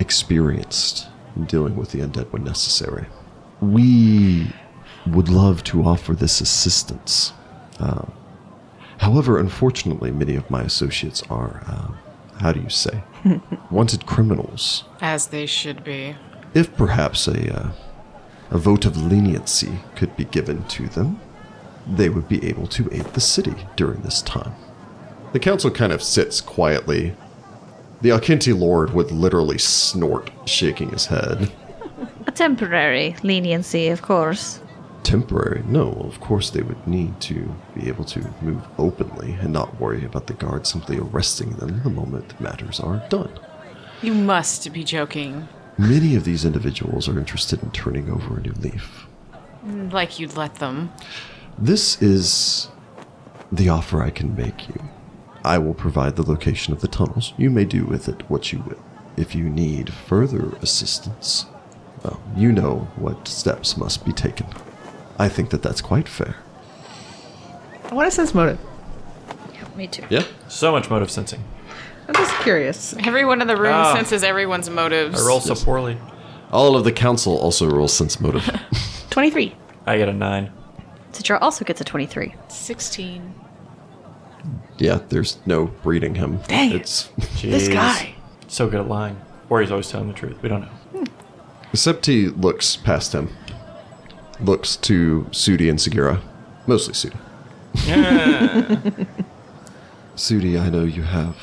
Speaker 1: experienced in dealing with the undead when necessary. We would love to offer this assistance. Uh, however, unfortunately, many of my associates are, uh, how do you say, wanted criminals
Speaker 2: As they should be.
Speaker 1: if perhaps a, uh, a vote of leniency could be given to them, they would be able to aid the city during this time. The council kind of sits quietly. The Alkinti lord would literally snort, shaking his head.
Speaker 5: A temporary leniency, of course.
Speaker 1: Temporary? No, of course they would need to be able to move openly and not worry about the guards simply arresting them the moment the matters are done.
Speaker 2: You must be joking.
Speaker 1: Many of these individuals are interested in turning over a new leaf.
Speaker 2: Like you'd let them.
Speaker 1: This is the offer I can make you. I will provide the location of the tunnels. You may do with it what you will. If you need further assistance, well, you know what steps must be taken. I think that that's quite fair.
Speaker 4: I want to sense motive.
Speaker 5: Me too.
Speaker 1: Yeah.
Speaker 3: So much motive sensing.
Speaker 4: I'm just curious.
Speaker 2: Everyone in the room
Speaker 3: Ah.
Speaker 2: senses everyone's motives.
Speaker 3: I roll so poorly.
Speaker 1: All of the council also rolls sense motive.
Speaker 4: 23.
Speaker 3: I get a nine.
Speaker 5: Citra also gets a 23.
Speaker 2: 16.
Speaker 1: yeah, there's no breeding him.
Speaker 4: Dang it.
Speaker 1: It's
Speaker 4: This
Speaker 3: Jeez.
Speaker 4: guy.
Speaker 3: So good at lying. Or he's always telling the truth. We don't know.
Speaker 1: Septi looks past him. Looks to Sudi and Segura. Mostly Sudi. Sudi, I know you have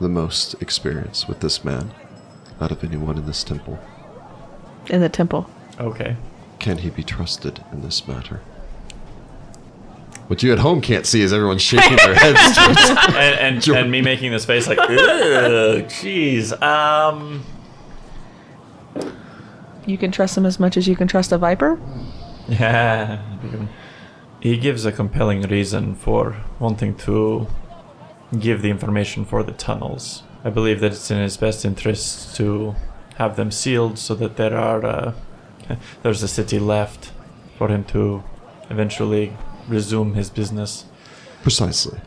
Speaker 1: the most experience with this man out of anyone in this temple.
Speaker 4: In the temple.
Speaker 3: Okay.
Speaker 1: Can he be trusted in this matter? What you at home can't see is everyone shaking their heads. towards-
Speaker 3: And, and, and me making this face like, "Ugh, jeez. Um,
Speaker 4: You can trust him as much as you can trust a viper?
Speaker 3: Yeah. He gives a compelling reason for wanting to give the information for the tunnels. I believe that it's in his best interest to have them sealed so that there are uh, there's a city left for him to eventually resume his business.
Speaker 1: Precisely.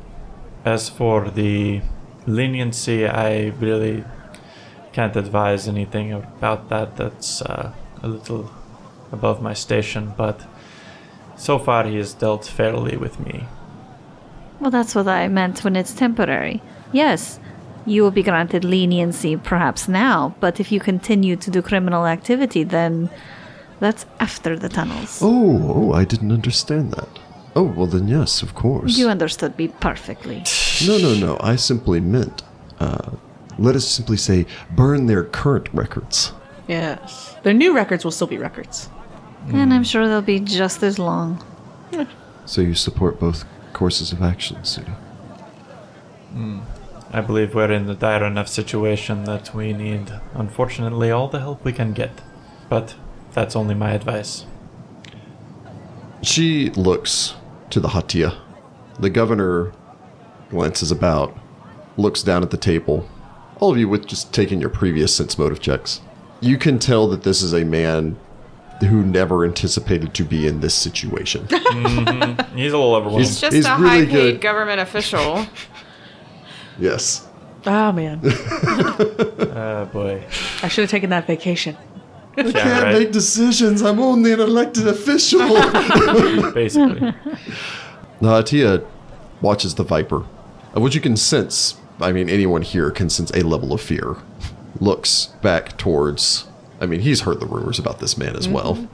Speaker 3: As for the leniency, I really can't advise anything about that. That's uh, a little above my station, but so far he has dealt fairly with me.
Speaker 5: Well, that's what I meant when it's temporary. Yes, you will be granted leniency perhaps now, but if you continue to do criminal activity, then that's after the tunnels.
Speaker 1: Oh, oh, I didn't understand that. Oh, well then yes, of course.
Speaker 5: You understood me perfectly.
Speaker 1: No, no, no. I simply meant, uh, let us simply say, burn their current records.
Speaker 4: Yes. Their new records will still be records.
Speaker 5: And I'm sure they'll be just as long.
Speaker 1: So you support both courses of action, Suda.
Speaker 3: I believe we're in a dire enough situation that we need, unfortunately, all the help we can get. But that's only my advice.
Speaker 1: She looks to the Hatia. The governor glances about, looks down at the table. All of you with just taking your previous sense motive checks. You can tell that this is a man who never anticipated to be in this situation.
Speaker 3: He's a little overwhelmed.
Speaker 2: It's just
Speaker 1: He's
Speaker 2: a
Speaker 1: really
Speaker 2: high paid
Speaker 1: good.
Speaker 2: government official.
Speaker 1: yes.
Speaker 4: Oh, man.
Speaker 3: oh boy.
Speaker 4: I should have taken that vacation.
Speaker 1: I
Speaker 3: can't right. make
Speaker 1: decisions. I'm only an elected official.
Speaker 3: Basically.
Speaker 1: Uh, Tia watches the Viper, of which you can sense. I mean, anyone here can sense a level of fear. Looks back towards. I mean, he's heard the rumors about this man as well.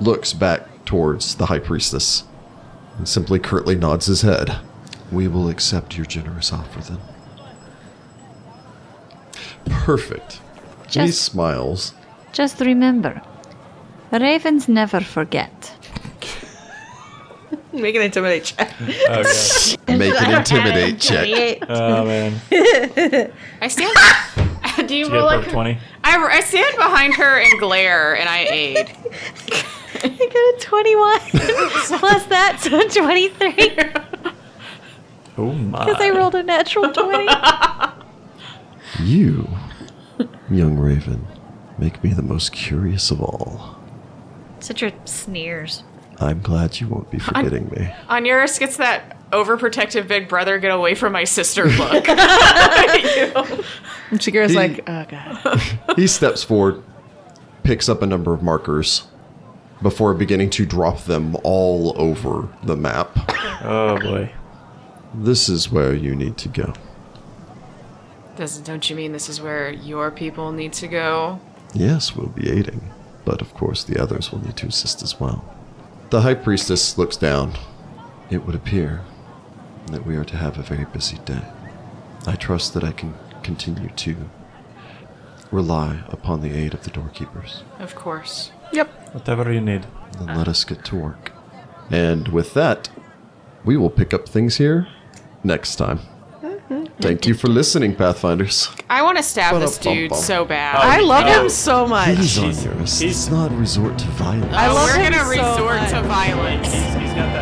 Speaker 1: Looks back towards the High Priestess and simply curtly nods his head. We will accept your generous offer then. Perfect. he
Speaker 5: Just-
Speaker 1: smiles.
Speaker 5: Just remember, ravens never forget.
Speaker 6: Make an intimidate check.
Speaker 3: Oh, God.
Speaker 1: Make an intimidate check.
Speaker 3: oh man.
Speaker 2: I stand. Do you
Speaker 3: Did you
Speaker 2: roll
Speaker 3: get
Speaker 2: a
Speaker 3: above 20?
Speaker 2: I, I stand behind her and glare, and I aid.
Speaker 5: I got a 21 plus that, so 23 because
Speaker 3: Oh my.
Speaker 5: I rolled a natural 20.
Speaker 1: You, young raven, make me the most curious of all.
Speaker 5: Such a sneers.
Speaker 1: I'm glad you won't be forgetting me.
Speaker 2: Onuris gets that overprotective big brother get away from my sister look.
Speaker 4: And Shakira's
Speaker 1: He-
Speaker 4: like, oh god.
Speaker 1: He steps forward, picks up a number of markers before beginning to drop them all over the map.
Speaker 3: Oh boy.
Speaker 1: This is where you need to go.
Speaker 2: Doesn't don't you mean this is where your people need to go?
Speaker 1: Yes, we'll be aiding, but of course the others will need to assist as well. The High Priestess looks down. It would appear that we are to have a very busy day. I trust that I can continue to rely upon the aid of the doorkeepers.
Speaker 2: Of course.
Speaker 3: Whatever you need.
Speaker 1: Then let us get to work. And with that, we will pick up things here next time. Thank you for listening, Pathfinders.
Speaker 2: I want to stab this dude
Speaker 1: Ba-da-bum-bum.
Speaker 2: so
Speaker 3: Oh,
Speaker 2: bad.
Speaker 4: I love
Speaker 3: no.
Speaker 4: him so much.
Speaker 1: He's on
Speaker 3: He's-
Speaker 1: yours. Let's
Speaker 3: he's-
Speaker 1: not resort to violence.
Speaker 4: I love
Speaker 2: We're
Speaker 4: him
Speaker 2: gonna
Speaker 4: so
Speaker 2: resort
Speaker 4: much.
Speaker 2: to violence.
Speaker 3: He's- he's got